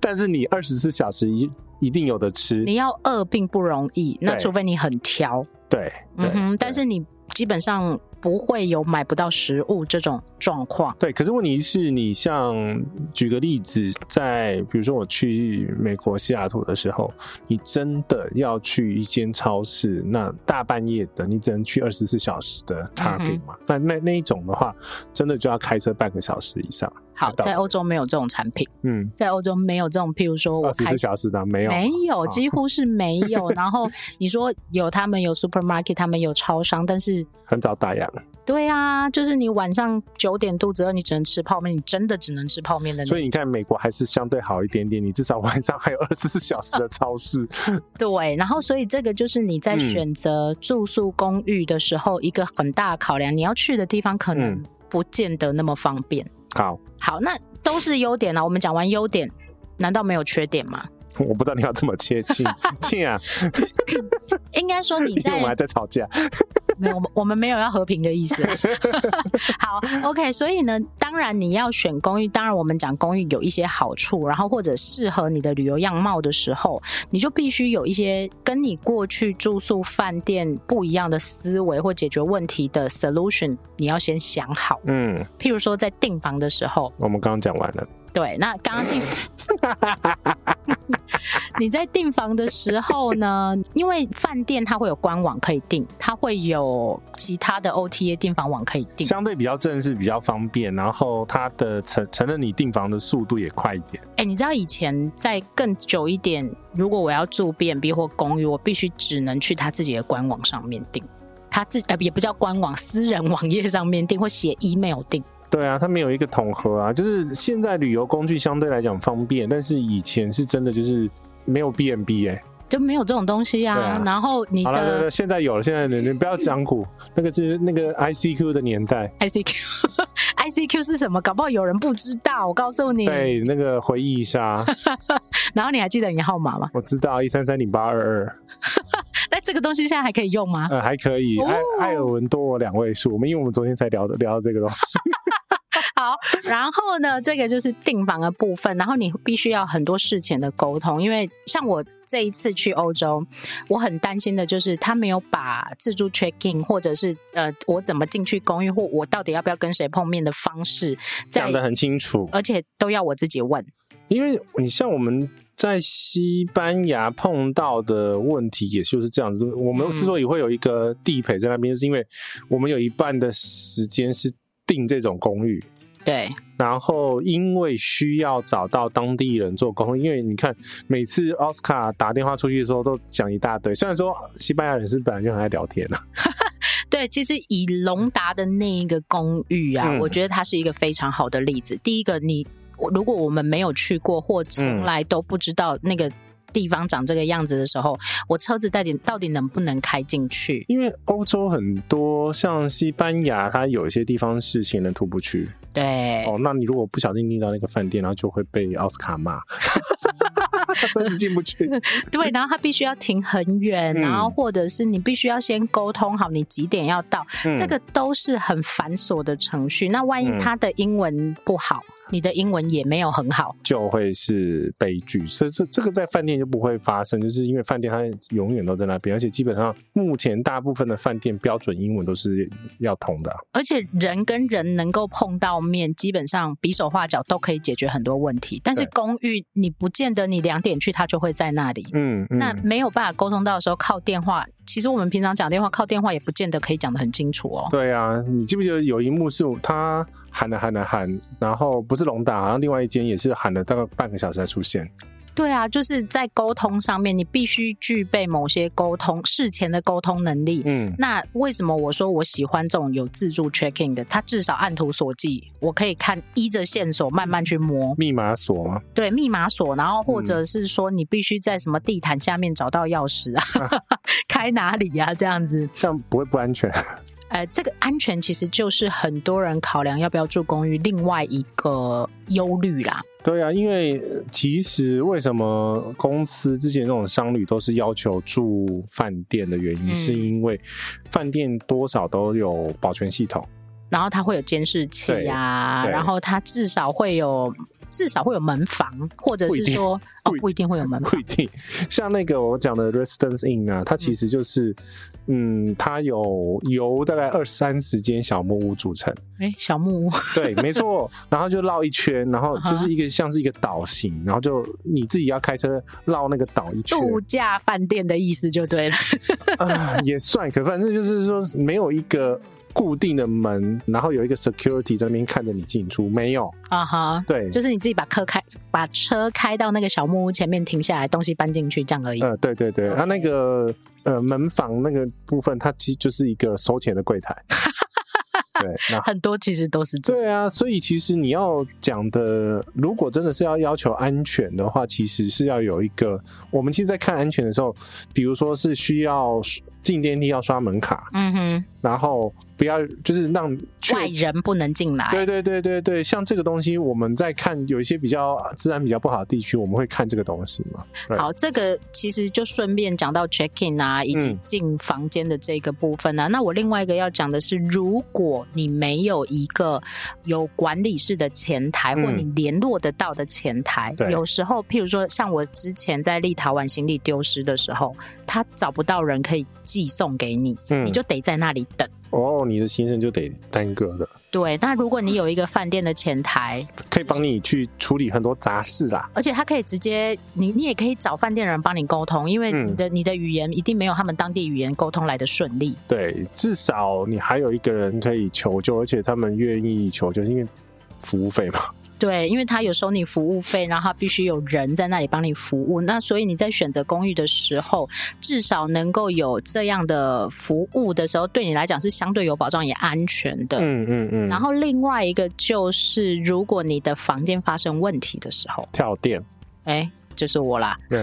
B: 但是你二十四小时一一定有的吃，
A: 你要饿并不容易，那
B: 对
A: 除非你很挑，
B: 对对
A: 嗯哼，
B: 对
A: 但是你基本上不会有买不到食物这种状况。
B: 对，可是问题是你像举个例子，在比如说我去美国西雅图的时候，你真的要去一间超市，那大半夜的，你只能去二十四小时
A: 嗯
B: 的 Target 嘛？那那那一种的话，真的就要开车半个小时以上。
A: 好，
B: 才
A: 在
B: 到
A: 欧洲没有这种产品，
B: 嗯，
A: 在欧洲没有这种，譬如说我
B: 二十
A: 开
B: 四小啊时的没有，
A: 没有，
B: 啊
A: 几乎是没 有。然后你说有他们有 supermarket，他们有超商，但是
B: 很早打烊。
A: 对啊，就是你晚上九点肚子饿，你只能吃泡面，你真的只能吃泡面的那
B: 所以你看，美国还是相对好一点点，你至少晚上还有二十四 小时的超市。
A: 对，然后所以这个就是你在
B: 嗯
A: 选择住宿公寓的时候一个很大的考量，你要去的地方可能
B: 嗯
A: 不见得那么方便。
B: 好，
A: 好，那都是优点啊。我们讲完优点，难道没有缺点吗？
B: 我不知道你要这么切近近啊，
A: 应该说 你
B: 因为我们还
A: 在
B: 在吵架。
A: 没有，我们我们没有要和平的意思。好，OK，所以呢，当然你要选公寓，当然我们讲公寓有一些好处，然后或者适合你的旅游样貌的时候，你就必须有一些跟你过去住宿饭店不一样的思维或解决问题的 solution，你要先想好。
B: 嗯，
A: 譬如说在订房的时候，
B: 我们刚刚讲完了。
A: 对，那刚 刚订，你在订房的时候呢，因为饭店它会有官网可以订，它会有其他的 OTA 订房网可以订。
B: 相对比较正式，比较方便，然后它的承承认你订房的速度也快一点。
A: 哎、你知道以前在更久一点，如果我要住 B&B 或公寓，我必须只能去他自己的官网上面订，他自呃也不叫官网，私人网页上面订或写 email 订。
B: 对啊，它没有一个统合啊，就是现在旅游工具相对来讲方便，但是以前是真的就是没有 B N B 哎。
A: 就没有这种东西啊，
B: 对啊
A: 然后你
B: 好了，对
A: 的嗯
B: 对，现在有了，现在你你不要讲古，那个是那个 I C Q 的年代，
A: ICQ，ICQ 是什么？搞不好有人不知道，我告诉你。
B: 对，那个回忆杀，
A: 嗯然后你还记得你的号码吗？
B: 我知道一三三零八二
A: 啊
B: 二，
A: 但这个东西现在还可以用 吗？
B: 呃，还可以，
A: 哦
B: 艾艾尔文多我两位数，我们因为我们昨天才聊的聊到这个东西，
A: 好，然后呢，这个就是订房的部分，然后你必须要很多事前的沟通，因为像我这一次去欧洲，我很担心的就是他没有把自助 check in 或者是呃我怎么进去公寓或我到底要不要跟谁碰面的方式，在
B: 讲的很清楚，
A: 而且都要我自己问。
B: 因为你像我们在西班牙碰到的问题，也就是这样子。我们
A: 嗯
B: 之所以会有一个地陪在那边，是因为我们有一半的时间是订这种公寓。
A: 对，
B: 然后，因为需要找到当地人做公寓，因为你看每次奥斯卡打电话出去的时候都讲一大堆。虽然说西班牙人是本来就很爱聊天啊，
A: 对，其实以隆达的那一个公寓啊，
B: 嗯
A: 我觉得它是一个非常好的例子。第一个，你我如果我们没有去过或从
B: 嗯
A: 来都不知道那个地方长这个样子的时候，我车子到底到底能不能开进去？
B: 因为欧洲很多像西班牙，它有一些地方是行人徒步区
A: 对，
B: 哦，那你如果不小心订到那个饭店，然后就会被奥斯卡骂， 真的进不去。
A: 对，然后它必须要停很远，
B: 嗯
A: 然后或者是你必须要先沟通好你几点要到，这个都是很繁琐的程序。那万一
B: 嗯
A: 他的英文不好，你的英文也没有很好。
B: 就会是悲剧，这这这个在饭店就不会发生，就是因为饭店它永远都在那边，而且基本上目前大部分的饭店标准英文都是要通的啊。
A: 而且人跟人能够碰到面，基本上比手画脚都可以解决很多问题。但是
B: 对
A: 公寓你不见得你两点去，他就会在那里。
B: 嗯嗯，
A: 那没有办法沟通到的时候，靠电话。其实我们平常讲电话，靠电话也不见得可以讲得很清楚哦。
B: 对啊，你记不记得有一幕是他喊了喊了喊，然后不是龙达，好像另外一间也是喊了大概半个小时才出现。
A: 对啊，就是在沟通上面，你必须具备某些沟通事前的沟通能力。
B: 嗯，
A: 那为什么我说我喜欢这种有自助 check in 的？它至少按图索骥，我可以看依着线索慢慢去摸。
B: 密码锁吗？
A: 对密码锁，然后或
B: 嗯
A: 者是说你必须在什么地毯下面找到钥匙啊， 开哪里呀、啊？这样子，
B: 这样不会不安全。
A: 呃，这个安全其实就是很多人考量要不要住公寓另外一个忧虑啦。
B: 对啊，因为呃其实为什么公司之前那种商旅都是要求住饭店的原因，
A: 嗯
B: 是因为饭店多少都有保全系统，
A: 然后它会有监视器呀、
B: 对对
A: 然后它至少会有至少会有门房，或者
B: 不一
A: 是
B: 定
A: 说哦
B: 不一
A: 不一定会有门
B: 不
A: 房
B: 一，定，像那个我讲的 Residence Inn 啊，它其实就是，嗯，它有由大概二三十间小木屋组成，
A: 哎、小木屋，
B: 对，没 错，然后就绕一圈，然
A: 啊
B: 后就是一个像是一个岛型，然后就你自己要开车绕那个岛一圈，
A: 度假饭店的意思就对了。
B: 啊，也算，可反正就是说没有一个固定的门，然后有一个 security 在那边看着你进出，没有，
A: 啊哈，
B: 对，
A: 就是你自己把车开，把车开到那个小木屋前面停下来，东西搬进去这样而已。
B: 呃，对对对，
A: OK
B: 它、那个呃门房那个部分，它其实就是一个收钱的柜 台。对，那
A: 很多其实都是这样。
B: 对啊，所以其实你要讲的，如果真的是要要求安全的话，其实是要有一个，我们其实，在看安全的时候，比如说是需要进电梯要刷门卡，
A: 嗯哼，
B: 然后不要就是让确
A: 外人不能进来。
B: 对对对对对，像这个东西，我们在看有一些比较治安比较不好的地区，我们会看这个东西嘛。对
A: 好，这个其实就顺便讲到 check in 啊，以及
B: 嗯
A: 进房间的这个部分啊。那我另外一个要讲的是，如果你没有一个有管理室的前台，
B: 嗯
A: 或你联络得到的前台，
B: 对
A: 有时候譬如说像我之前在立陶宛行李丢失的时候，他找不到人可以寄送给你，
B: 嗯
A: 你，就得在那里等。
B: 哦，你的行程就得耽搁了，
A: 对，那如果你有一个饭店的前台，
B: 可以帮你去处理很多杂事啦。
A: 而且他可以直接，你你也可以找饭店人帮你沟通，因为
B: 嗯
A: 你的、你的语言一定没有他们当地语言沟通来的顺利。
B: 对，至少你还有一个人可以求救，而且他们愿意求救，因为服务费嘛。
A: 对，因为他有收你服务费，然后他必须有人在那里帮你服务。那所以你在选择公寓的时候，至少能够有这样的服务的时候，对你来讲是相对有保障也安全的。
B: 嗯嗯嗯。
A: 然后另外一个就是，如果你的房间发生问题的时候，
B: 跳电，
A: 哎，就是我啦，
B: 对，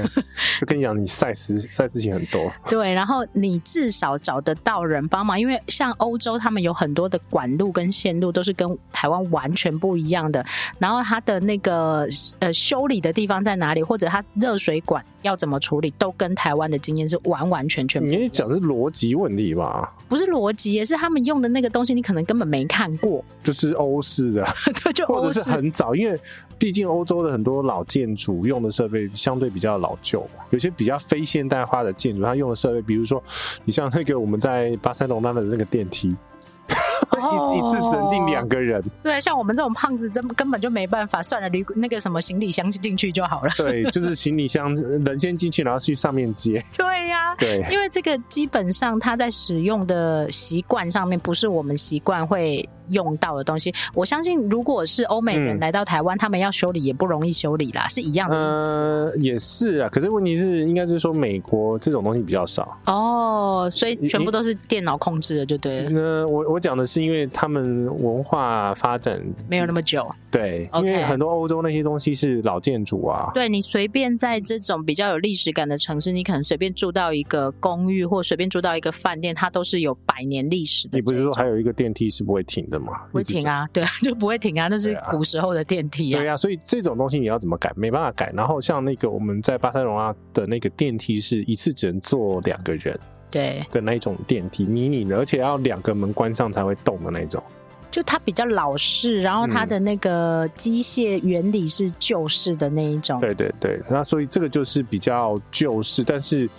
B: 就跟你讲，你赛事赛事情很多。
A: 对，然后你至少找得到人帮忙，因为像欧洲他们有很多的管路跟线路都是跟台湾完全不一样的，然后它的那个呃修理的地方在哪里，或者它热水管要怎么处理，都跟台湾的经验是完完全全不
B: 你也讲是逻辑问题吧，
A: 不是逻辑，也是他们用的那个东西，你可能根本没看过，
B: 就是欧式的。
A: 对，就
B: 或
A: 欧
B: 者
A: 式
B: 是很早，因为毕竟欧洲的很多老建筑用的设备相对比较老旧嘛，有些比较非现代化的建筑，它用的设备，比如说你像那个我们在巴塞隆那的那个电梯，一一次只能进两
A: 哦
B: 个人，
A: 对，像我们这种胖子，真根本就没办法，算了，旅那个什么行李箱进去就好了。
B: 对，就是行李箱人先进去，然后去上面接，
A: 对呀、
B: 对，
A: 因为这个基本上它在使用的习惯上面，不是我们习惯会用到的东西。我相信，如果是欧美人
B: 嗯
A: 来到台湾，他们要修理也不容易修理啦，是一样的意思。
B: 呃，也是啊，可是问题是，应该是说美国这种东西比较少。
A: 哦，所以
B: 你
A: 全部都是电脑控制的，就对了，
B: 那我我讲的是，因为他们文化发展
A: 没有那么久。
B: 对，因
A: OK
B: 为很多欧洲那些东西是老建筑啊，
A: 对你随便在这种比较有历史感的城市，你可能随便住到一个公寓或随便住到一个饭店，它都是有百年历史的。
B: 你不是说还有一个电梯是不会停的吗？
A: 不会停！啊？对啊，就不会停啊，那是
B: 对啊
A: 古时候的电梯啊。
B: 对呀、所以这种东西你要怎么改？没办法改。然后像那个我们在巴塞罗那的那个电梯是一次只能坐两个人
A: 对，
B: 的那一种电梯，迷你的，而且要两个门关上才会动的那种。
A: 就它比较老式，然后它的
B: 嗯
A: 那个机械原理是旧式的那一种。
B: 对对对，那所以这个就是比较旧式，但是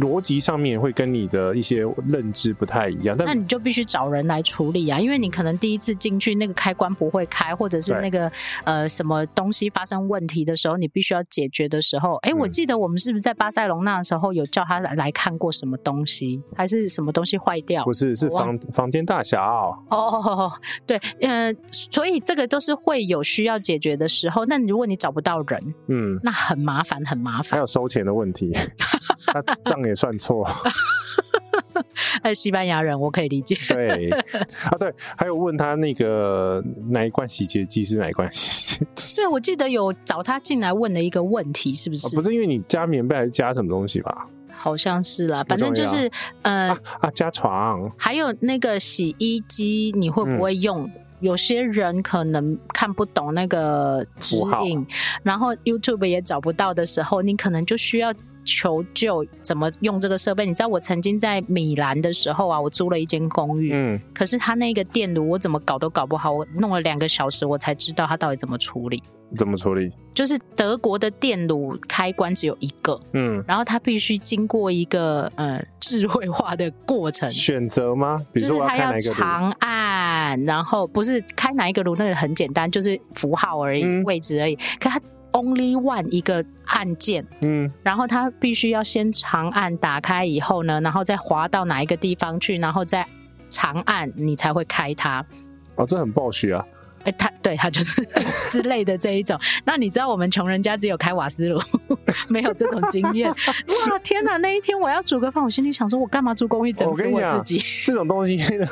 B: 逻辑上面会跟你的一些认知不太一样。
A: 那
B: 但
A: 你就必须找人来处理啊，因为你可能第一次进去那个开关不会开，或者是
B: 对
A: 那个呃什么东西发生问题的时候，你必须要解决的时候，哎、我
B: 嗯
A: 记得我们是不是在巴塞隆那的时候有叫他来来看过什么东西，还是什么东西坏掉
B: 不？是是
A: 我忘
B: 房房间大小，
A: 哦哦哦，哦对，呃，所以这个都是会有需要解决的时候。那如果你找不到人，
B: 嗯，
A: 那很麻烦，很麻烦
B: 还。有收钱的问题，他账也算错。
A: 哎，西班牙人我可以理解。
B: 对啊，对，还有问他那个哪一罐洗洁剂是哪一罐洗洁剂？
A: 对，我记得有找他进来问了一个问题，是不是？
B: 啊不是因为你加棉被还是加什么东西吧？
A: 好像是啦，反正
B: 重
A: 就
B: 要
A: 是呃，
B: 啊，加床。
A: 还有那个洗衣机，你
B: 嗯
A: 会不会用？有些人可能看不懂那个指
B: 符号
A: 引，然后 YouTube 也找不到的时候，你可能就需要求救，怎么用这个设备？你知道我曾经在米兰的时候啊，我租了一间公寓，
B: 嗯，
A: 可是他那个电炉我怎么搞都搞不好，我弄了两个小时，我才知道他到底怎么处理。
B: 怎么处理？
A: 就是德国的电炉开关只有一个，
B: 嗯，
A: 然后它必须经过一个呃智慧化的过程，
B: 选择吗？比
A: 嗯就
B: 如
A: 是
B: 说我
A: 它
B: 看哪
A: 要
B: 一个炉？
A: 长按，然后不是开哪一个炉，那个很简单，就是符号而已，
B: 嗯
A: 位置而已。可它 only one 一个按键，
B: 嗯
A: 然后它必须要先长按打开以后呢，然后再滑到哪一个地方去，然后再长按你才会开它。
B: 哦，这很暴雪啊！
A: 哎，它对它就是 之类的这一种。那你知道我们穷人家只有开瓦斯炉， 没有这种经验。哇，天哪！那一天我要煮个饭，我心里想说，我干嘛住公寓整
B: 我
A: 死
B: 跟你
A: 我
B: 讲
A: 自己？
B: 这种东西 呢，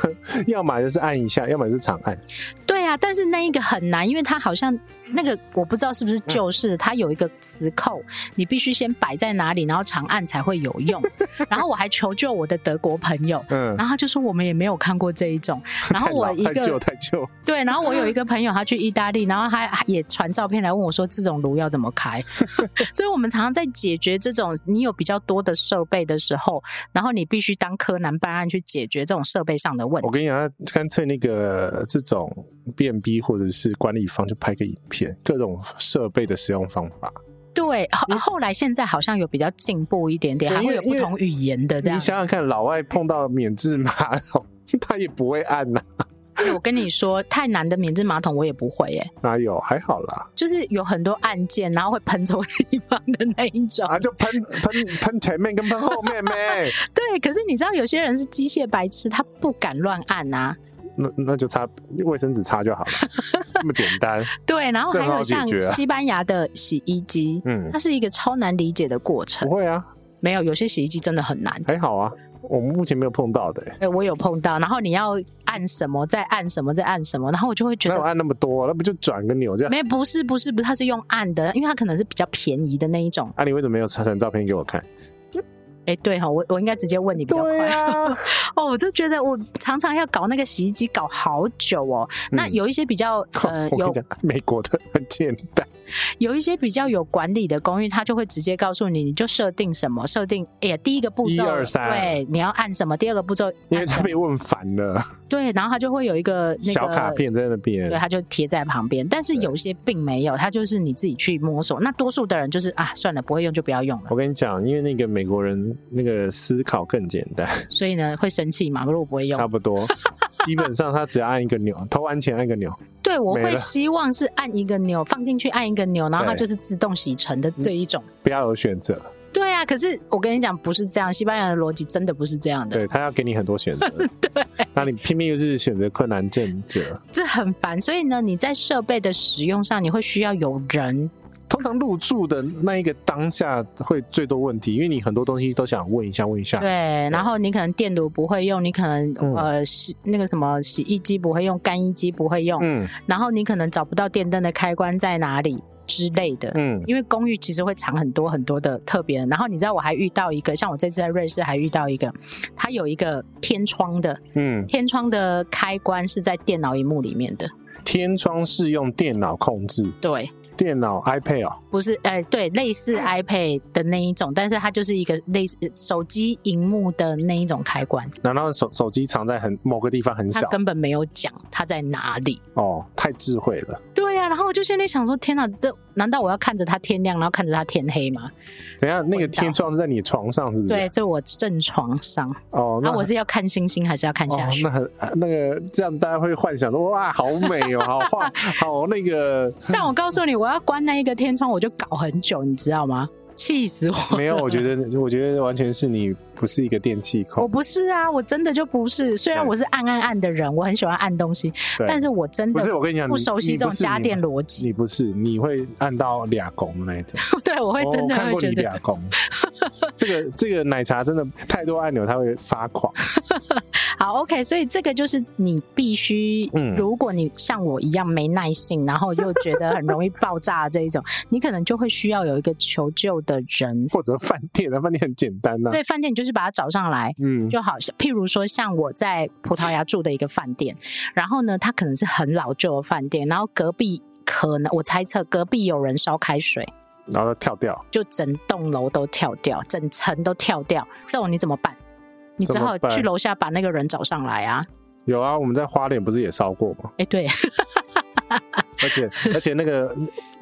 B: 要么就是按一下，要么就是长按。
A: 对啊，但是那一个很难，因为它好像那个我不知道是
B: 嗯
A: 不是旧式，它有一个磁扣，你必须先摆在哪里，然后长按才会有用。然后我还求救我的德国朋友，
B: 嗯，
A: 然后他就说我们也没有看过这一种。然后
B: 太
A: 我
B: 老
A: 一
B: 太旧
A: 个
B: 太旧，
A: 对，然后我有一个朋友他去意大利，然后他也传照片来问我说这种炉要怎么开。 所以我们常常在解决这种你有比较多的设备的时候，然后你必须当柯南办案去解决这种设备上的问
B: 我
A: 题。
B: 跟你讲，干脆那个这种 B N B 或者是管理方就拍个影片，各种设备的使用方法。
A: 对，后后来现在好像有比较进步一点点，
B: 对
A: 还会有
B: 因
A: 不
B: 为
A: 同语言的这
B: 你
A: 样。
B: 想想看，老外碰到免治马桶， 他也不会按啊呐、
A: 我跟你说，太难的免治马桶我也不会耶、
B: 哪有？还好啦，
A: 就是有很多按键，然后会喷错地方的那一种。
B: 啊，就喷喷喷前面跟喷后 面呗，
A: 对，可是你知道有些人是机械白痴，他不敢乱按啊。
B: 那那就擦卫生纸擦 就好了，这么简单。
A: 对，然后
B: 这
A: 还
B: 很好
A: 有
B: 解
A: 像
B: 决啊
A: 西班牙的洗衣机，
B: 嗯，
A: 它是一个超难理解的过
B: 不
A: 程。
B: 会啊，
A: 没有，有些洗衣机真的很难。
B: 还好啊，我们目前没有碰到的、欸。
A: 哎，我有碰到，然后你要按什么，再按什么，再按什么，然后我就会觉
B: 哪有
A: 得。
B: 按那么多、那不就转个钮这样？
A: 没，不是，不是，不是，它是用按的，因为它可能是比较便宜的那一种。
B: 啊，你为什么没有传照片给我看？
A: 哎，对哈、我我应该直接问你比较快。
B: 啊，
A: 哦，我就觉得我常常要搞那个洗衣机搞好久哦。那
B: 嗯
A: 有一些比较呃
B: 哦 我跟你
A: 有
B: 讲，美国的很简单，
A: 有一些比较有管理的公寓，它就会直接告诉你，你就设定什么，设定哎呀第一个步骤，
B: 一二三
A: 对，你要按什么，第二个步骤
B: 因为
A: 按什
B: 他
A: 么，
B: 被问烦了，
A: 对，然后它就会有一个 那个
B: 小卡。片在那边
A: 对，。它就贴在旁边，但是有些并没有，它就是你自己去摸索。那多数的人就是啊，算了，不会用就不要用了。
B: 我跟你讲，因为那个美国人那个思考更简单，
A: 所以呢，会生气嘛？如果不会用
B: 差，不多。基本上他只要按一个钮，投完钱按一个钮，
A: 对我
B: 没
A: 会
B: 了
A: 希望是按一个钮放进去，按一个钮，然后它
B: 对嗯
A: 就是自动洗尘的这一种。
B: 不要有选择。
A: 对啊，可是我跟你讲，不是这样，西班牙的逻辑真的不是这样的，
B: 对他要给你很多 选择，对，那你偏偏又是选择困难症者。
A: 这很烦。所以呢，你在设备的使用上，你会需要有人。
B: 通常入住的那一个当下会最多问题，因为你很多东西都想问一下问一下。
A: 对，然后你可能电炉不会用，你可能、
B: 嗯
A: 呃洗那个什么洗衣机不会用，干衣机不会用，
B: 嗯
A: 然后你可能找不到电灯的开关在哪里之类的。
B: 嗯，
A: 因为公寓其实会藏很多很多的特别，然后你知道我还遇到一个，像我这次在瑞士还遇到一个，它有一个天窗的，
B: 嗯，
A: 天窗的开关是在电脑荧幕里面的，
B: 天窗是用电脑控制，
A: 对，
B: 电脑 iPad 哦，
A: 不是，呃，对，类似 iPad 的那一种，但是它就是一个类似手机荧幕的那一种开关，
B: 难道手手机藏在很某个地方很
A: 它
B: 小？
A: 根本没有讲它在哪里。
B: 哦，太智慧了。
A: 对啊呀、然后我就心里想说，天哪，这难道我要看着它天亮，然后看着它天黑吗？
B: 等一下那
A: 闻
B: 个
A: 到
B: 天窗是在你床上是不是？
A: 对，，这我正床上，
B: 哦，
A: 那
B: 那
A: 我是要看星星还是要看
B: 哦
A: 下，去？
B: 那很那个这样，大家会幻想说哇，好美哦，好画，好那个
A: 但我告诉你，我要关那一个天窗，我就搞很久，你知道吗？气死我！
B: 没有，我觉得我觉得完全是你不是一个电器
A: 我
B: 控，
A: 不是啊，我真的就不是。虽然
B: 对
A: 我是按按按的人，我很喜欢按东西，
B: 对
A: 但是我真
B: 不
A: 的
B: 是我跟你讲，
A: 不
B: 你
A: 熟悉
B: 你
A: 这种
B: 不是
A: 家电逻辑。
B: 你不是你会按到俩拱的那一种，
A: 对， 我会真
B: 我
A: 的
B: 哦看
A: 会
B: 过你
A: 觉得，
B: 俩 拱，这个这个奶茶真的太多按钮，它会发狂。
A: 好，OK，所以这个就是你必须，
B: 嗯
A: 如果你像我一样没耐性，然后又觉得很容易爆炸这一种，你可能就会需要有一个求救的人。
B: 或者饭店啊，饭店很简单呐、
A: 对，饭店你就是把他找上来。
B: 嗯，
A: 就好像，譬如说，像我在葡萄牙住的一个饭店，然后呢，它可能是很老旧的饭店，然后隔壁可能我猜测隔壁有人烧开水，
B: 然后跳掉，
A: 就整栋楼都跳掉，整层都跳掉，这种你怎么办？你只
B: 怎么
A: 好
B: 办
A: 去楼下把那个人找上来啊！
B: 有啊，我们在花莲不是也烧过吗？
A: 哎，对，
B: 而且 而且那个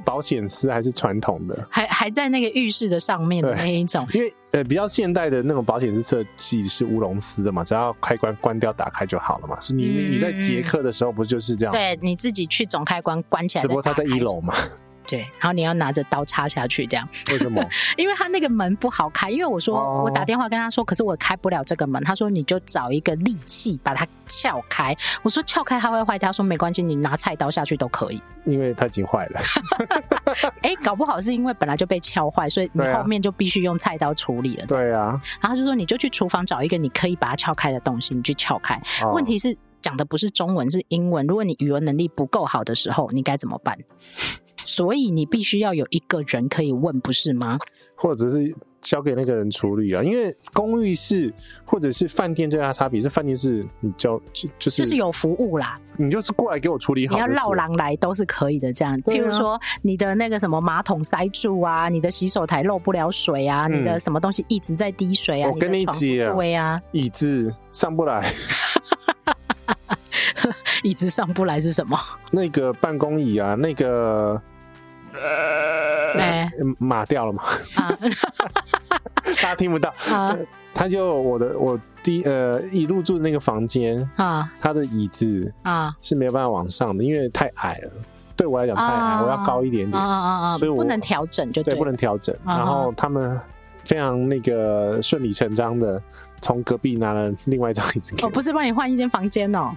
B: 保险丝还是传统的，
A: 还还在那个浴室的上面的那一 种，
B: 因为呃比较现代的那种保险丝设计是乌龙丝的嘛，只要开关关掉打开就好了嘛。是你、
A: 嗯
B: 你在捷克的时候不就是这样？
A: 对，你自己去总开关关起来
B: 只
A: 再
B: 不过
A: 打开，
B: 它在一楼嘛，
A: 对，然后你要拿着刀插下去这样，
B: 为什么？
A: 因为他那个门不好开，因为我说、
B: 哦
A: 我打电话跟他说，可是我开不了这个门，他说你就找一个利器把它撬开，我说撬开它会坏掉，他说没关系，你拿菜刀下去都可以，
B: 因为它已经坏了。
A: 哎，搞不好是因为本来就被撬坏，所以你
B: 对啊
A: 后面就必须用菜刀处理了，
B: 对啊，
A: 然后他就说你就去厨房找一个你可以把它撬开的东西，你去撬开，
B: 哦
A: 问题是讲的不是中文，是英文。如果你语文能力不够好的时候，你该怎么办？所以你必须要有一个人可以问，不是吗？
B: 或者是交给那个人处理啊，因为公寓是或者是饭店最大的差别是饭店是你交就就是
A: 就是有服务啦，
B: 你就是过来给我处理好
A: 你
B: 就是
A: 要绕
B: 了，
A: 狼来都是可以的。这样，
B: 对啊
A: 譬如说你的那个什么马桶塞住啊，你的洗手台漏不了水啊，
B: 嗯
A: 你的什么东西一直在滴水啊，
B: 我跟
A: 你
B: 你
A: 的床
B: 讲
A: 对啊，
B: 椅子上不来，
A: 椅子上不来是什么？
B: 那个办公椅啊，那个
A: 哎
B: 嗯码掉了嘛，
A: 啊
B: 大家听不到。
A: 啊
B: 他就我的我第呃一入住的那个房间，
A: 啊
B: 他的椅子
A: 啊
B: 是没有办法往上的，因为太矮了。对我来讲太矮，
A: 啊
B: 我要高一点
A: 啊
B: 点，
A: 啊啊！
B: 所以我
A: 不能调整就
B: 对，不
A: 了
B: 能调整。
A: 啊哈
B: 然后他们非常那个顺理成章的从隔壁拿了另外一张椅子给
A: 哦，
B: 我。
A: 不是帮你换一间房间哦。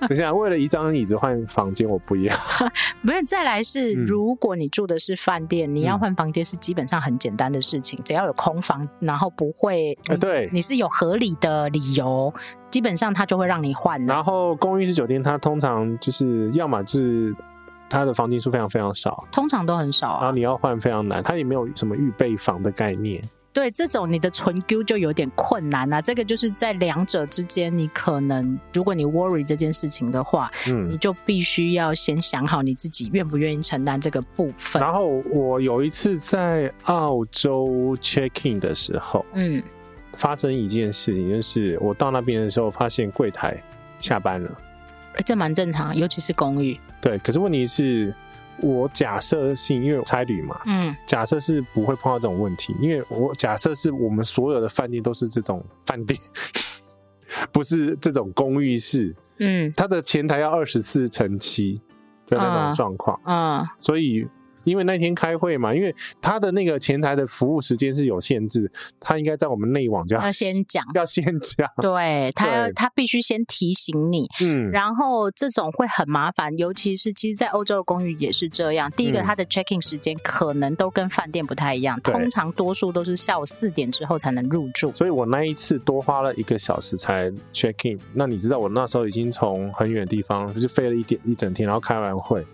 B: 等一下，为了一张椅子换房间，我 不要。
A: 不是，再来是，
B: 嗯
A: 如果你住的是饭店，你要换房间是基本上很简单的事情，只要有空房，然后不会，
B: 呃
A: 你
B: 对
A: 你是有合理的理由，基本上他就会让你换的。
B: 然后公寓式酒店，它通常就是要么就是它的房间数非常非常少，
A: 通常都很少
B: 然
A: 啊，
B: 后你要换非常难，它也没有什么预备房的概念。
A: 对这种你的存 Q 就有点困难啊。这个就是在两者之间，你可能如果你 worry 这件事情的话，你
B: 嗯，
A: 就必须要先想好你自己愿不愿意承担这个部分。
B: 然后我有一次在澳洲 check in 的时候，
A: 嗯，
B: 发生一件事情，就是我到那边的时候发现柜台下班了。
A: 诶这蛮正常，尤其是公寓。
B: 对，可是问题是我假设性，因为我差旅嘛，
A: 嗯
B: 假设是不会碰到这种问题，因为我假设是我们所有的饭店都是这种饭店， 不是这种公寓式，
A: 嗯
B: 它的前台要二十四乘七的那种
A: 嗯
B: 状况，
A: 嗯
B: 所以。因为那天开会嘛，因为它的那个前台的服务时间是有限制，它应该在我们内网就要
A: 要先讲。
B: 要先讲，
A: 对他要，
B: 对
A: 他必须先提醒你，
B: 嗯，
A: 然后这种会很麻烦，尤其是其实，在欧洲的公寓也是这样。第一个，
B: 嗯
A: 它的 check in 时间可能都跟饭店不太一样，
B: 对
A: 通常多数都是下午四点之后才能入住。
B: 所以我那一次多花了一个小时才 check in。那你知道我那时候已经从很远的地方，就飞了一点一整天，然后开完会，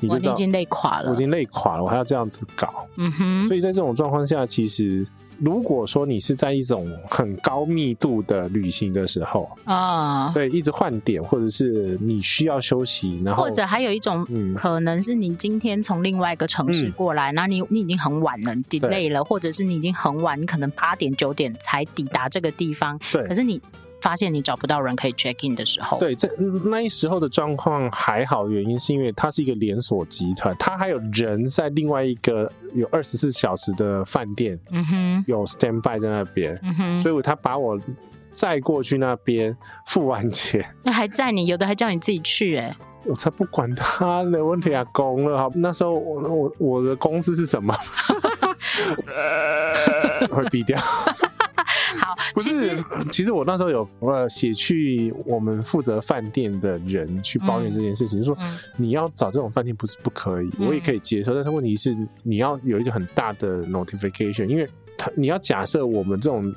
B: 你
A: 我
B: 就知
A: 已
B: 道
A: 经累垮了，
B: 我已经累垮了，我还要这样子搞。
A: 嗯哼，
B: 所以在这种状况下，其实如果说你是在一种很高密度的旅行的时候，
A: 啊、
B: 对，一直换点，或者是你需要休息，然后
A: 或者还有一种。
B: 嗯，
A: 可能是你今天从另外一个城市
B: 嗯
A: 过来，那、你你已经很晚了，你 delay 了，或者是你已经很晚，你可能八点九点才抵达这个地方，
B: 对
A: 可是哦你发现你找不到人可以 check in 的时候，
B: 对，这那一时候的状况还好，原因是因为它是一个连锁集团，它还有人在另外一个有二十四小时的饭店
A: 嗯哼，
B: 有 stand by 在那边，
A: 嗯哼，
B: 所以他把我载过去那边付完钱，
A: 那还在你，有的还叫你自己去、欸，
B: 我才不管他了，我俩公了。好，那时候我我我的公司是 什么？ 会逼掉，
A: 好，
B: 不
A: 其
B: 是
A: 实。
B: 其实我那时候有呃写去我们负责饭店的人去抱怨这件事情，就说
A: 嗯
B: 你要找这种饭店不是不可以，
A: 嗯
B: 我也可以接受，但是问题是你要有一个很大的 notification，因为他你要假设我们这种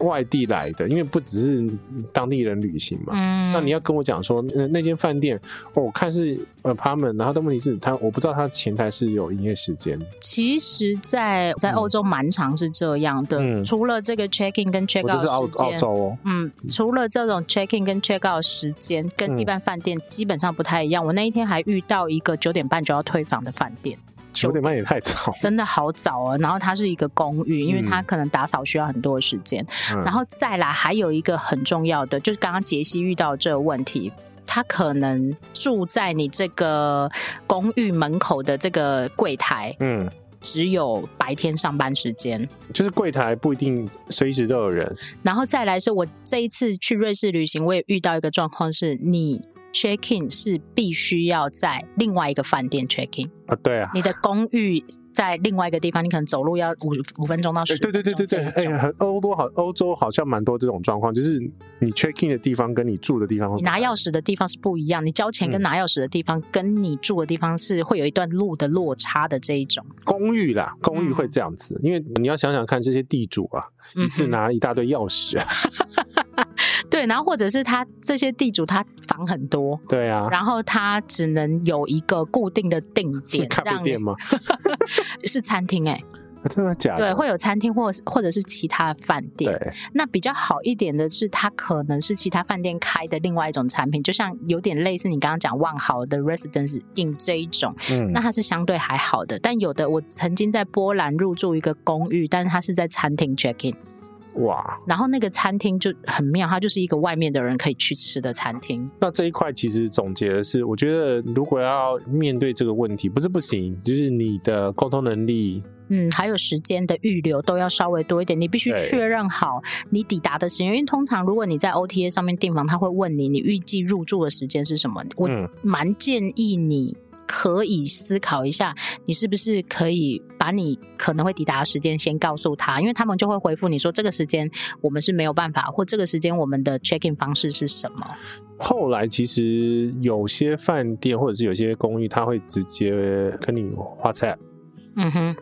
B: 外地来的，因为不只是当地人旅行嘛，
A: 嗯
B: 那你要跟我讲说，那那间饭店，哦，我看是 apartment，然后但问题是他，我不知道他前台是有营业时间，
A: 其实在，在
B: 嗯
A: 欧洲蛮常是这样的，
B: 嗯
A: 除了这个 check in 跟 check
B: 我这是澳
A: out 时
B: 澳
A: 间，
B: 洲哦，
A: 嗯，除了这种 check in 跟 check out 时间跟
B: 嗯
A: 一般饭店基本上不太一样。我那一天还遇到一个九点半就要退房的饭店，
B: 九点半也太早，
A: 真的好早哦。然后它是一个公寓，因为它可能打扫需要很多的时间。
B: 嗯
A: 然后再来还有一个很重要的，就是刚刚杰西遇到这个问题。他可能住在你这个公寓门口的这个柜台，
B: 嗯，
A: 只有白天上班时间。
B: 就是柜台不一定随时都有人，
A: 然后再来是我这一次去瑞士旅行，我也遇到一个状况是，你 check in 是必须要在另外一个饭店 check in，
B: 啊，对啊，
A: 你的公寓在另外一个地方，你可能走路要五五分钟到
B: 哎
A: 十
B: 对
A: 分
B: 对
A: 钟
B: 对对对，
A: 这一
B: 哎、
A: 种
B: 很欧多好，欧洲好像蛮多这种状况，就是你 check in 的地方跟你住的地方，
A: 你拿钥匙的地方是不一样，你交钱跟
B: 嗯
A: 拿钥匙的地方，跟你住的地方是会有一段路的落差的这一种。
B: 公寓啦，公寓
A: 嗯
B: 会这样子，因为你要想想看，这些地主啊，一
A: 嗯
B: 次
A: 哼
B: 拿一大堆 钥匙啊，
A: 对，然后或者是他这些地主他房很多，
B: 对啊，
A: 然后他只能有一个固定的定点，
B: 咖啡
A: 让
B: 店
A: 你
B: 吗？
A: 是餐厅哎、
B: 啊真的假
A: 对，
B: 的？
A: 会有餐厅或或者是其他的饭店。
B: 对，
A: 那比较好一点的是，它可能是其他饭店开的另外一种产品，就像有点类似你刚刚讲万豪的 Residence in 这一种，
B: 嗯
A: 那，它是相对还好的。但有的我曾经在波兰入住一个公寓，但是它是在餐厅 check in，
B: 哇，
A: 然后那个餐厅就很妙，它就是一个外面的人可以去吃的餐厅。
B: 那这一块其实总结的是，我觉得如果要面对这个问题，不是不行，就是你的沟通能力，
A: 嗯，还有时间的预留都要稍微多一点，你必须
B: 对
A: 确认好你抵达的时间，因为通常如果你在 OTA 上面订房，他会问你你预计入住的时间是什么。我
B: 嗯，
A: 蛮建议你可以思考一下，你是不是可以把你可能会抵达的时间先告诉他，因为他们就会回复你说这个时间我们是没有办法，或这个时间我们的 check in 方式是什么。
B: 后来其实有些饭店或者是有些公寓，他会直接跟你花菜，
A: 嗯哼。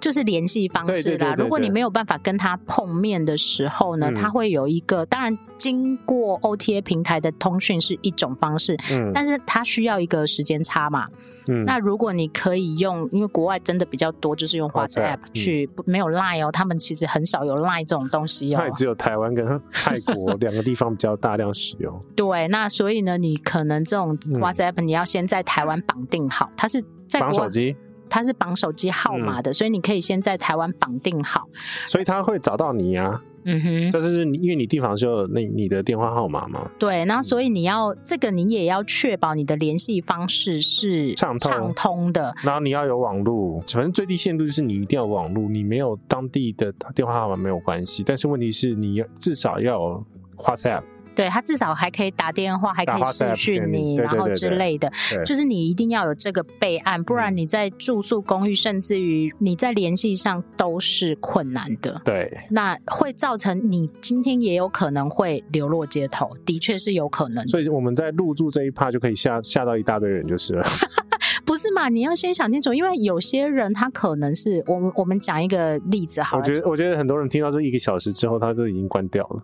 A: 就是联系方
B: 对对
A: 式啦。
B: 对对
A: 如果你
B: 对
A: 没有办法跟他碰面的时候呢，
B: 嗯
A: 他会有一个，当然经过 OTA 平台的通讯是一种方式，
B: 嗯
A: 但是他需要一个时间差嘛。
B: 嗯，
A: 那如果你可以用，因为国外真的比较多，就是用
B: WhatsApp，嗯
A: WhatsApp 去，不没有 Line 哦，他们其实很少有 Line 这种东西哦
B: 那也。只有台湾跟泰国两个地方比较大量使用，
A: 对，那所以呢，你可能这种
B: 嗯
A: WhatsApp 你要先在台湾绑定好，它是在
B: 绑
A: 国
B: 手
A: 外
B: 机，嗯
A: 它是绑手机号码的，所以你可以先在台湾绑定好。
B: 所以他会找到你啊，
A: 嗯哼，
B: 就是你因为你订房就有那你的电话号码嘛，
A: 对，然后所以你要这个，你也要确保你的联系方式是
B: 畅通
A: 畅通的。
B: 然后你要有网络，反正最低限度就是你一定要有网络，你没有当地的电话号码没有关系，但是问题是你至少要有啊 WhatsApp，
A: 对他至少还可以打电话，还可以
B: 打
A: 视
B: WhatsApp 给
A: 讯
B: 你
A: 你，
B: 对
A: 然后
B: 对对
A: 之
B: 对
A: 类的
B: 对，
A: 就是你一定要有这个备案，不然
B: 嗯
A: 你在住宿公寓，甚至于你在联系上都是困难的。
B: 对，
A: 那会造成你今天也有可能会流落街头，的确是有可能的，
B: 所以我们在入住这一趴就可以吓吓到一大堆人就是了，
A: 不是嘛？你要先想清楚，因为有些人他可能是我们我们讲一个例子好
B: 我
A: 了，
B: 觉得我觉得很多人听到这一个小时之后，他都已经关掉了，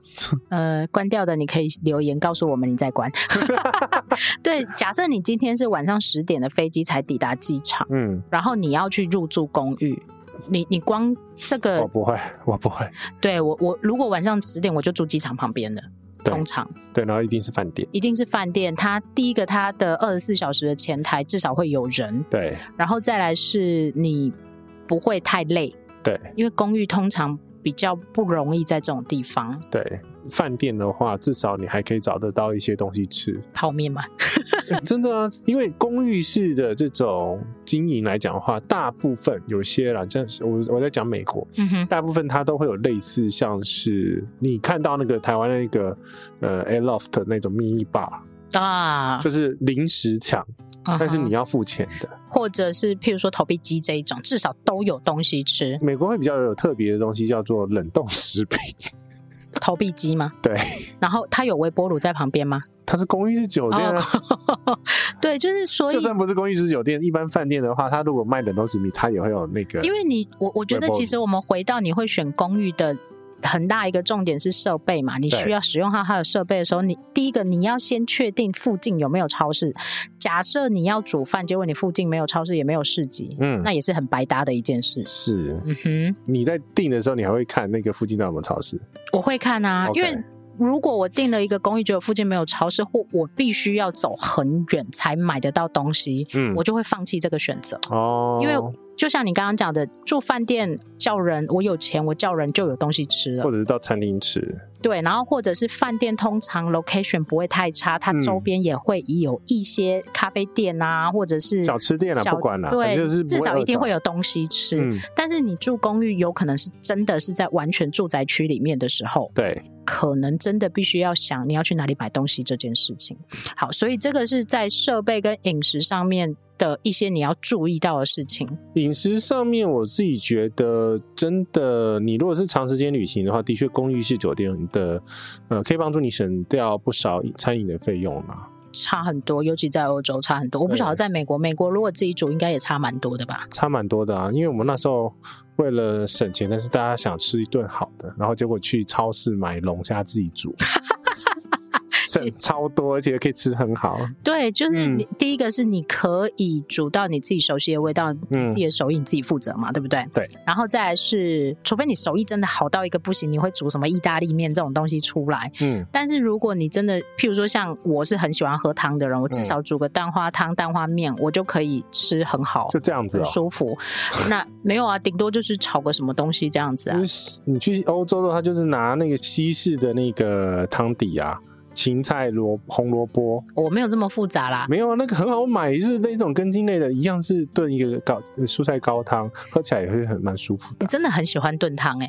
A: 呃，关掉的你可以留言告诉我们你在 关。对，假设你今天是晚上十点的飞机才抵达机场。
B: 嗯，
A: 然后你要去入住公寓，你你光这个，
B: 我不会，我不会，
A: 对我我如果晚上十点我就住机场旁边的，
B: 对
A: 通常
B: 对，然后一定是饭店，
A: 一定是饭店，它第一个它的二十四小时的前台至少会有人，
B: 对
A: 然后再来是你不会太累，
B: 对
A: 因为公寓通常比较不容易在这种地方
B: 对，饭店的话至少你还可以找得到一些东西吃，
A: 泡面嘛，
B: 欸真的啊，因为公寓式的这种经营来讲的话，大部分有些啦，像是我我在讲美国，
A: 嗯哼，
B: 大部分它都会有类似像是你看到那个台湾那个呃 a loft 那种 mini bar，
A: 啊，
B: 就是临时抢，但是
A: 嗯哼
B: 你要付钱的。
A: 或者是譬如说投币机这一种，至少都有东西吃，
B: 美国会比较有特别的东西叫做冷冻食品，
A: 投币机吗？
B: 对，
A: 然后它有微波炉在旁边吗？
B: 它是公寓式酒店、啊。
A: 哦，对，就是所以
B: 就，算不是公寓式酒店，一般饭店的话，它如果卖冷冻食品，它也会有那个，
A: 因为你我我觉得
B: 微波炉
A: 其实我们回到你会选公寓的。很大一个重点是设备嘛，你
B: 对
A: 需要使用到它的设备的时候，你第一个你要先确定附近有没有超市。假设你要煮饭，结果你附近没有超市，也没有市集，
B: 嗯，
A: 那也是很白搭的一件事。
B: 是
A: 嗯哼，
B: 你在订的时候，你还会看那个附近到底有没有超市。
A: 我会看啊
B: OK
A: 因为如果我订了一个公寓，结果附近没有超市，或我必须要走很远才买得到东西，
B: 嗯
A: 我就会放弃这个选择。
B: 哦，
A: 因为就像你刚刚讲的，住饭店叫人，我有钱，我叫人就有东西吃了
B: 或。者是到餐厅吃，
A: 对，然后或者是饭店通常 location 不会太差，它周
B: 嗯
A: 边也会有一些咖啡店啊，或者是
B: 小吃店啊，
A: 小
B: 不管了、
A: 对，
B: 反正就是不
A: 至少一定会
B: 有。
A: 有东西吃。
B: 嗯，
A: 但是你住公寓，有可能是真的是在完全住宅区里面的时候，
B: 对，
A: 可能真的必须要想你要去哪里买东西这件事情。好，所以这个是在设备跟饮食上面的一些你要注意到的事情。
B: 饮食上面我自己觉得，真的，你如果是长时间旅行的话，的确公寓式酒店的，呃，可以帮助你省掉不少餐饮的费用啦。
A: 差很多，尤其在欧洲差很多。我不晓得在美国，美国如果自己煮，应该也差蛮多的吧？
B: 差蛮多的啊，因为我们那时候为了省钱，但是大家想吃一顿好的，然后结果去超市买龙虾自己 煮，省超多，而且可以吃很好。
A: 对，就是
B: 嗯
A: 你、第一个是你可以煮到你自己熟悉的味道，你自己的手艺你自己负责嘛，对不对？
B: 嗯对。
A: 然后再来是，除非你手艺真的好到一个不行，你会煮什么意大利面这种东西出来。
B: 嗯，
A: 但是如果你真的，譬如说像我是很喜欢喝汤的人，我
B: 嗯
A: 至少煮个蛋花汤、蛋花面，我就可以吃很好，
B: 就这样子
A: 很
B: 哦、
A: 舒服。那没有啊，顶多就是炒个什么东西这样子啊
B: 就。是你去欧洲的话，就是拿那个西式的那个汤底啊，芹菜、萝红萝卜，
A: 我没有这么复杂啦，
B: 没有啊，那个很好买，是那种根茎类的，一样是炖一个高蔬菜高汤，喝起来也会很蛮舒服
A: 你
B: 的。
A: 真的很喜欢炖汤哎、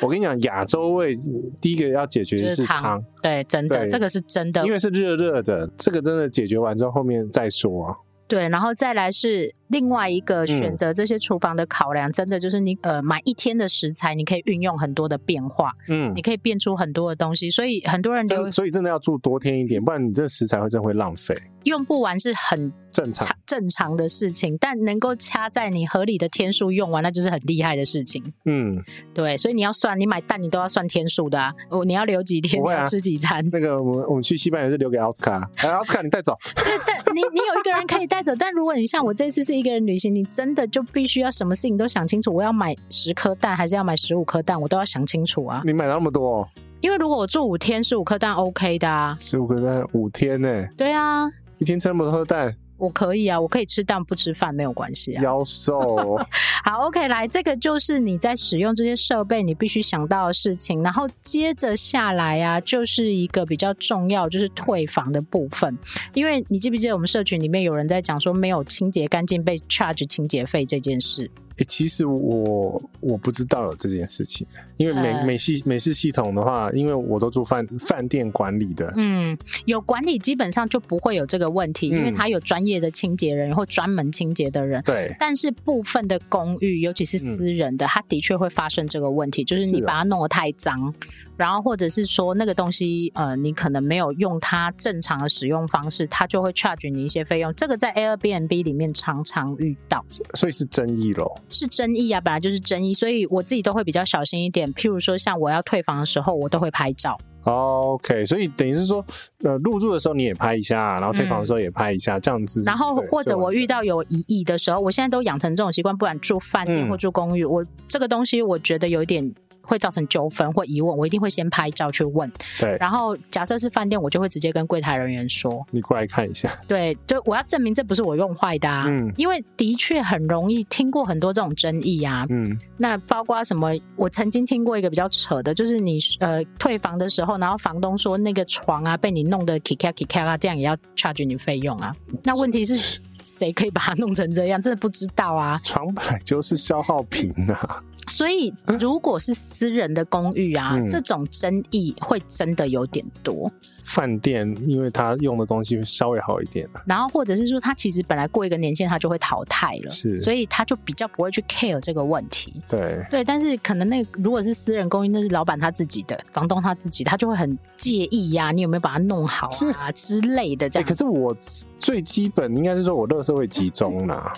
B: 我跟你讲，亚洲味第一个要解决
A: 就
B: 的
A: 是
B: 是
A: 汤
B: 汤。
A: 对，真的，
B: 对
A: 这个是真的
B: 因。为是热热的，这个真的解决完之后，后面再说啊。
A: 对，然后再来是另外一个
B: 嗯
A: 选择这些厨房的考量，真的就是你呃买一天的食材，你可以运用很多的变化，
B: 嗯
A: 你，可以变出很多的东西，所以很多人留
B: 真所以真的要住多天一点，不然你这食材会真的会浪费。
A: 用不完是很
B: 正常
A: 常正常的事情，但能够掐在你合理的天数用完，那就是很厉害的事情。
B: 嗯，
A: 对，所以你要算，你买蛋你都要算天数的啊，哦，你要留几天，
B: 不
A: 你
B: 会啊
A: 要吃几 餐。
B: 那个我们我们去西班牙是留给奥 斯卡，哎，奥斯卡你带走。
A: 对，但你你有一个人可以带走，但如果你像我这次是一个人旅行，你真的就必须要什么事情都想清楚。我要买十颗蛋，还是要买十五颗蛋，我都要想清楚啊。
B: 你买了那么多，
A: 因为如果我住五天，十五颗蛋 OK 的啊。
B: 十五个蛋，五天呢，
A: 对啊，
B: 一天吃那么 多蛋，
A: 我可以啊，我可以吃蛋不吃饭没有关系啊。
B: 腰 瘦哦。
A: 好，OK，来，这个就是你在使用这些设备你必须想到的事情。然后接着下来啊，就是一个比较重要，就是退房的部分。因为你记不记得我们社群里面有人在讲说没有清洁干净被 charge 清洁费这件事？
B: 诶哎其实我我不知道有这件事情，因为美、
A: 呃
B: 美系美式系统的话，因为我都住饭饭店管理的，
A: 嗯，有管理基本上就不会有这个问题，因为
B: 嗯
A: 它有专业的清洁人或专门清洁的人。
B: 对，
A: 但是部分的公寓，尤其是私人的，它的确会发生这个问题，就是
B: 嗯是
A: 你
B: 啊
A: 把它弄得太脏，然后或者是说那个东西，呃，你可能没有用它正常的使用方式，它就会 charge 你一些费用。这个在 Airbnb 里面常常遇到，
B: 所以是争议咯。
A: 是争议啊，本来就是争议，所以我自己都会比较小心一点。譬如说，像我要退房的时候，我都会拍照。
B: OK，所以等于是说，呃，入住的时候你也拍一下，然后退房的时候也拍一下，这样子。
A: 嗯然后
B: 对
A: 或者我遇，
B: 最完
A: 到有疑义的时候，我现在都养成这种习惯，不管住饭店
B: 嗯
A: 或住公寓，我这个东西我觉得有一点。会造成纠纷或疑问，我一定会先拍照去问。
B: 整对，
A: 然后假设是饭店，我就会直接跟柜台人员说，
B: 你过来看一下。
A: 对，就我要证明这不是我用坏的啊。
B: 嗯
A: 因为的确很容易听过很多这种争议啊。
B: 嗯
A: 那包括什么？我曾经听过一个比较扯的，就是你呃退房的时候，然后房东说那个床啊被你弄得 k i k a k i k a 啊，这样也要 charge 你费用啊。那问题是谁可以把它弄成这样？真的不知道啊。
B: 床本来就是消耗品呐、啊，
A: 所以如果是私人的公寓啊，
B: 嗯
A: 这种争议会真的有点多。
B: 饭店因为它用的东西会稍微好一点、啊，
A: 然后或者是说，他其实本来过一个年限他就会淘汰了，
B: 是
A: 所以他就比较不会去 care 这个问题。
B: 对，
A: 对，但是可能那个如果是私人公寓，那是老板他自己的，房东他自己，他就会很介意呀、你有没有把它弄好啊之类的这
B: 欸
A: 样。
B: 可是我最基本应该是说，我垃圾会集中啦，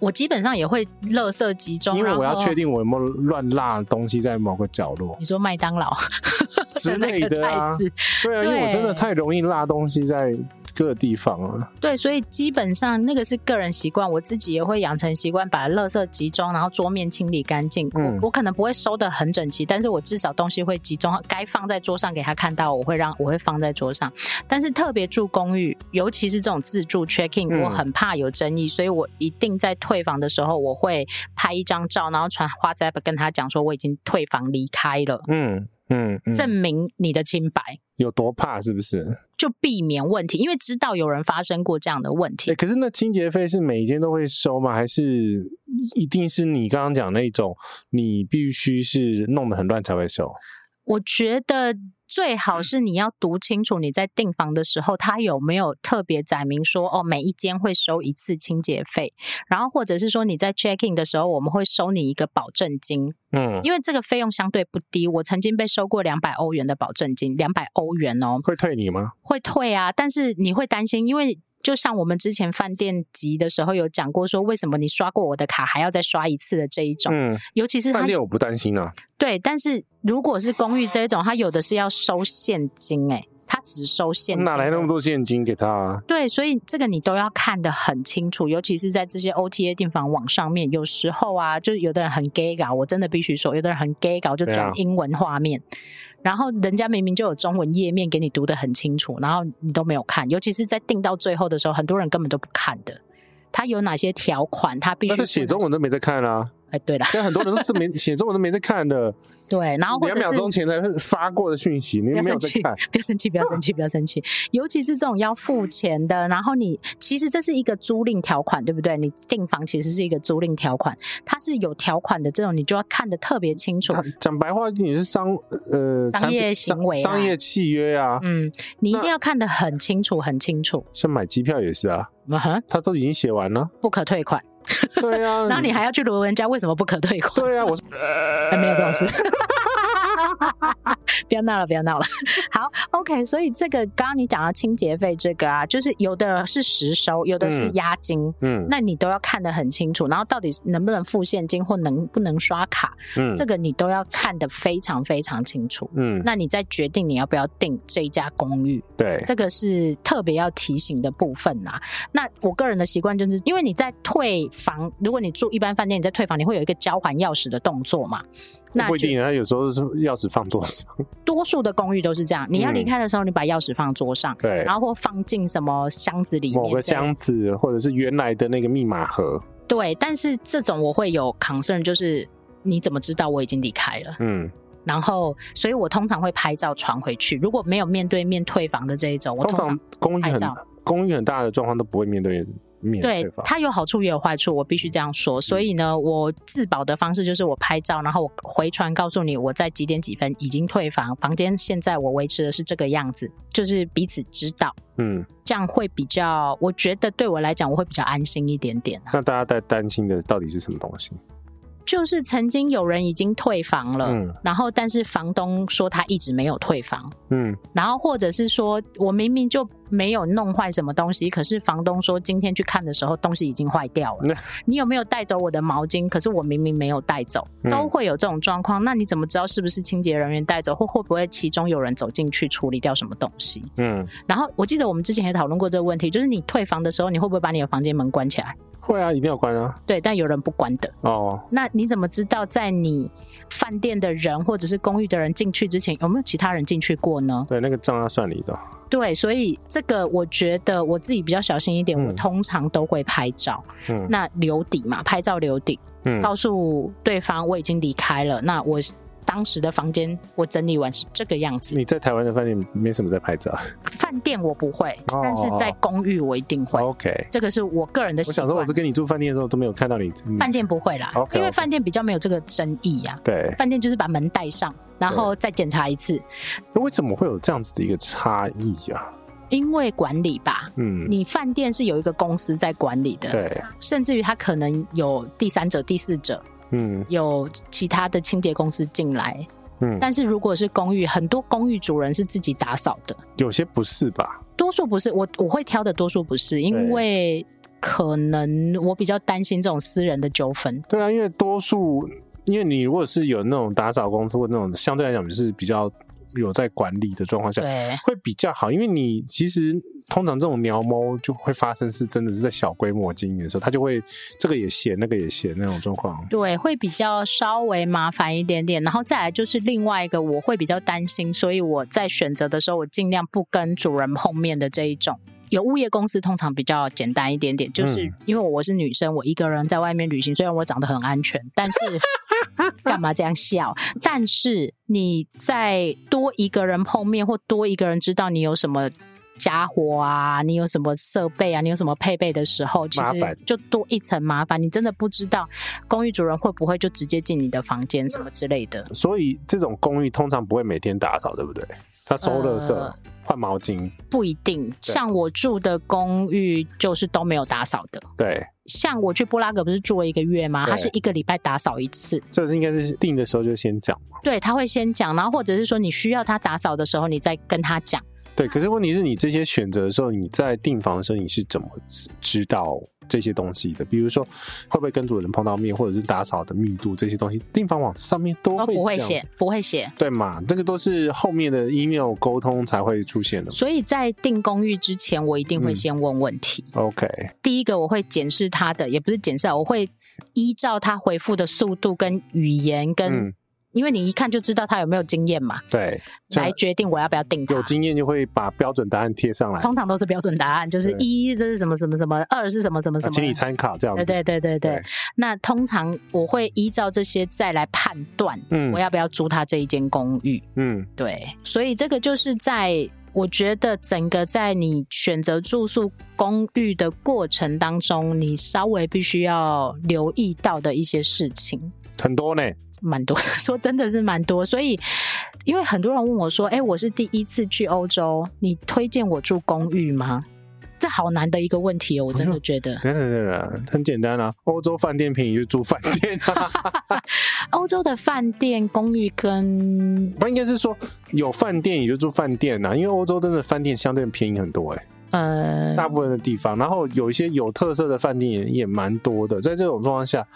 A: 我基本上也会垃圾集中，
B: 因为我
A: 然
B: 要
A: 后
B: 确。定我有没有乱落东西在某个角落
A: 你说麦当劳
B: 之
A: 那
B: 类
A: 个
B: 的
A: 袋
B: 啊。
A: 子，
B: 对啊，因为我真的
A: 对
B: 太容易落东西在各地方啊。
A: 对，所以基本上那个是个人习惯，我自己也会养成习惯，把垃圾集中，然后桌面清理干净。
B: 嗯
A: 我我可能不会收的很整齐，但是我至少东西会集中，该放在桌上给他看到，我会让我会放在桌上。但是特别住公寓，尤其是这种自助 check in，、
B: 嗯
A: 我很怕有争议，所以我一定在退房的时候，我会拍一张照，然后传花仔跟他讲说我已经退房离开了，
B: 嗯嗯，嗯
A: 证明你的清白。
B: 有多怕是不是？
A: 就避免问题，因为知道有人发生过这样的问题
B: 哎、。可是那清洁费是每一间都会收吗？还是一定是你刚刚讲那种，你必须是弄得很乱才会收？
A: 我觉得最好是你要读清楚你在订房的时候，他有没有特别载明说哦，每一间会收一次清洁费，然后或者是说你在 check in 的时候，我们会收你一个保证金，
B: 嗯，
A: 因为这个费用相对不低。我曾经被收过两百欧元的保证金，两百欧元哦，
B: 会退你吗？
A: 会退啊，但是你会担心，因为。就像我们之前饭店集的时候有讲过，说为什么你刷过我的卡还要再刷一次的这一种，
B: 嗯，
A: 尤其是他
B: 饭店我不担心啊。
A: 对，但是如果是公寓这一种，它有的是要收现金、欸，它只收现金，
B: 哪来那么？多现金给他、啊？
A: 对，所以这个你都要看得很清楚，尤其是在这些 OTA 订房网上面，有时候啊，就有的人很 gay 搞，我真的必须说，有的人很 gay 搞，就
B: 对啊
A: 转英文画面，然后人家明明就有中文页面给你读得很清楚，然后你都没有看，尤其是在订到最后的时候，很多人根本都不看的，他有哪些条款，他必须
B: 那他写
A: 不能
B: 中。文都没在看啊，
A: 哎，对啦，
B: 现在很多人都是没 写中文都没在看的，
A: 对，然后或
B: 两
A: 者
B: 秒
A: 是
B: 钟前才发过的讯息，你
A: 不
B: 有
A: 要
B: 没有
A: 生
B: 在
A: 气，
B: 看？
A: 不要生气，不要生气，不要生气。尤其是这种要付钱的，然后你其实这是一个租赁条款，对不对？你订房其实是一个租赁条款，它是有条款的，这种你就要看得特别清楚。
B: 讲白话，你是商呃
A: 商
B: 产品
A: 业行为啊
B: 商商业契约啊，
A: 嗯，你一定要看得很清楚，很清楚。
B: 像买机票也是啊，
A: 嗯哼，
B: 他都已经写 完了，
A: 不可退款。
B: 对啊，
A: 然后你还要去罗人家为什么不可退款？
B: 对啊，我说
A: 哎，没有这种事。 不要闹了，不要闹了。好，OK。所以这个刚刚你讲到清洁费这个啊，就是有的是实收，有的是
B: 嗯
A: 押金。
B: 嗯
A: 那你都要看得很清楚，然后到底能不能付现金或能不能刷卡，
B: 嗯
A: 这个你都要看得非常非常清楚。
B: 嗯
A: 那你再决定你要不要订这一家公寓，
B: 对
A: 这个是特别要提醒的部分啦、那我个人的习惯就是，因为你在退房，如果你住一般饭店，你在退房你会有一个交还钥匙的动作嘛？那
B: 哦不一
A: 就
B: 定，他有时候是钥匙放桌上，
A: 多数的公寓都是这样，你要离开的时候，你把钥匙放桌上，
B: 对
A: 然后或放进什么箱子里面，
B: 某个箱子或者是原来的那个密码盒，
A: 对，但是这种我会有 concern，就是你怎么知道我已经离开了？
B: 嗯，
A: 然后，所以我通常会拍照传回去。如果没有面对面退房的这一种，我
B: 通
A: 通
B: 常公寓
A: 拍
B: 很
A: 照
B: 公寓很大的状况都不会面对嗯面
A: 对
B: 方，
A: 它有好处也有坏处，我必须这样说。所以呢，我自保的方式就是我拍照，然后我回传告诉你我在几点几分已经退房，房间现在我维持的是这个样子，就是彼此知道，
B: 嗯，
A: 这样会比较，我觉得对我来讲我会比较安心一点点啊。
B: 那大家在担心的到底是什么东西？
A: 就是曾经有人已经退房了，
B: 嗯
A: 然后但是房东说他一直没有退房，
B: 嗯
A: 然后或者是说我明明就没有弄坏什么东西，可是房东说今天去看的时候东西已经坏掉了
B: 那。
A: 你有没有带走我的毛巾？可是我明明没有带走，
B: 嗯
A: 都会有这种状况。那你怎么知道是不是清洁人员带走，或会不会其中有人走进去处理掉什么东西？
B: 嗯，
A: 然后我记得我们之前也讨论过这个问题，就是你退房的时候，你会不会把你的房间门关起来？
B: 会啊，一定要关啊，
A: 对，但有人不关的。
B: 哦，
A: 那你怎么知道在你饭店的人或者是公寓的人进去之前有没有其他人进去过呢？
B: 对，那个账要算你的，
A: 对，所以这个我觉得我自己比较小心一点，
B: 嗯
A: 我通常都会拍照，
B: 嗯
A: 那留底嘛，拍照留底，
B: 嗯
A: 告诉对方我已经离开了，那我当时的房间我整理完是这个样子。
B: 你在台湾的饭店没什么在拍照
A: 饭店我不会，
B: 哦
A: 但是在公寓我一定会，
B: ，OK。
A: 这个是哦我个人的
B: 我
A: 习
B: 想说，我
A: 惯
B: 是。跟你住饭店的时候都没有看到你，你
A: 饭店不会啦
B: OK，OK
A: 因为饭店比较没有这个争议呀、
B: 对，
A: 饭店就是把门带上，然后再检查一次，
B: 那为什么会有这样子的一个差异啊？
A: 因为管理吧，
B: 嗯，
A: 你饭店是有一个公司在管理的，
B: 对，
A: 甚至于它可能有第三者、第四者，
B: 嗯
A: 有其他的清洁公司进来。
B: 嗯，
A: 但是如果是公寓，很多公寓主人是自己打扫的，
B: 有些不是吧？
A: 多数不是。我我会挑的多数不是，因为可能我比较担心这种私人的纠纷。
B: 对啊，因为多数，因为你如果是有那种打扫公司或那种相对来讲就是比较有在管理的状况下，
A: 对，
B: 会比较好，因为你其实通常这种鸟猫就会发生，是真的是在小规模经营的时候，它就会这个也写，那个也写那种状况。
A: 对，会比较稍微麻烦一点点，然后再来就是另外一个，我会比较担心，所以我在选择的时候，我尽量不跟主人碰面的这一种。有物业公司通常比较简单一点点，就是
B: 嗯
A: 因为我是女生，我一个人在外面旅行，虽然我长得很安全，但是干嘛这样笑？但是你在多一个人碰面，或多一个人知道你有什么。家伙啊，你有什么设备啊，你有什么配备的时候，其
B: 麻
A: 实
B: 烦
A: 就多一层麻烦。你真的不知道公寓主人会不会就直接进你的房间什么之类的。
B: 所以这种公寓通常不会每天打扫，对不对？它收垃圾、
A: 呃
B: 换毛巾，
A: 不一定，像我住的公寓就是都没有打扫的。
B: 对，
A: 像我去布拉格不是住了一个月吗？
B: 对
A: 他是一个礼拜打扫一次，
B: 这是应该是定的时候就先讲嘛。
A: 对他会先讲，然后或者是说你需要他打扫的时候，你再跟他讲。
B: 对，可是问题是你这些选择的时候，你在订房的时候你是怎么知知道这些东西的？比如说会不会跟主人碰到面，或者是打扫的密度这些东西，订房网上面都
A: 哦，
B: 会
A: 不会
B: 讲
A: 写，不会写。
B: 对嘛？这个都是后面的 email 沟通才会出现的。
A: 所以在订公寓之前，我一定会
B: 嗯
A: 先问问题。
B: OK，
A: 第一个我会检视他的，也不是检视啊，我会依照他回复的速度跟语言跟，
B: 嗯，
A: 因为你一看就知道他有没有经验嘛，
B: 对，这样
A: 来决定我要不要订他
B: 啊有。经验就会把标准答案贴上来，啊
A: 通常都是标准答案，就是
B: 对啊
A: 一这是什么什么什么，二是什么什么什么，
B: 请你参考这样
A: 对
B: 子。
A: 对对对对
B: 对。
A: 那通常我会依照这些再来判断
B: 嗯
A: 我要不要租他这一间公寓。
B: 嗯，
A: 对，所以这个就是在我觉得整个在你选择住宿公寓的过程当中，你稍微必须要留意到的一些事情，
B: 很多呢。
A: 蛮多的。说真的是蛮多，所以。因为很多人问我说：“哎、我是第一次去欧洲，你推荐我住公寓吗？”这好难的一个问题哦，我真的觉得。
B: 等等等等，很简单啊，欧洲饭店便宜就住饭店啊。
A: 欧洲的饭店、公寓跟
B: 不应该是说有饭店也就住饭店啊呐、因为欧洲真的饭店相对便宜很多哎、
A: 呃，
B: 大部分的地方，然后有一些有特色的饭店也也蛮多的。在这种状况下，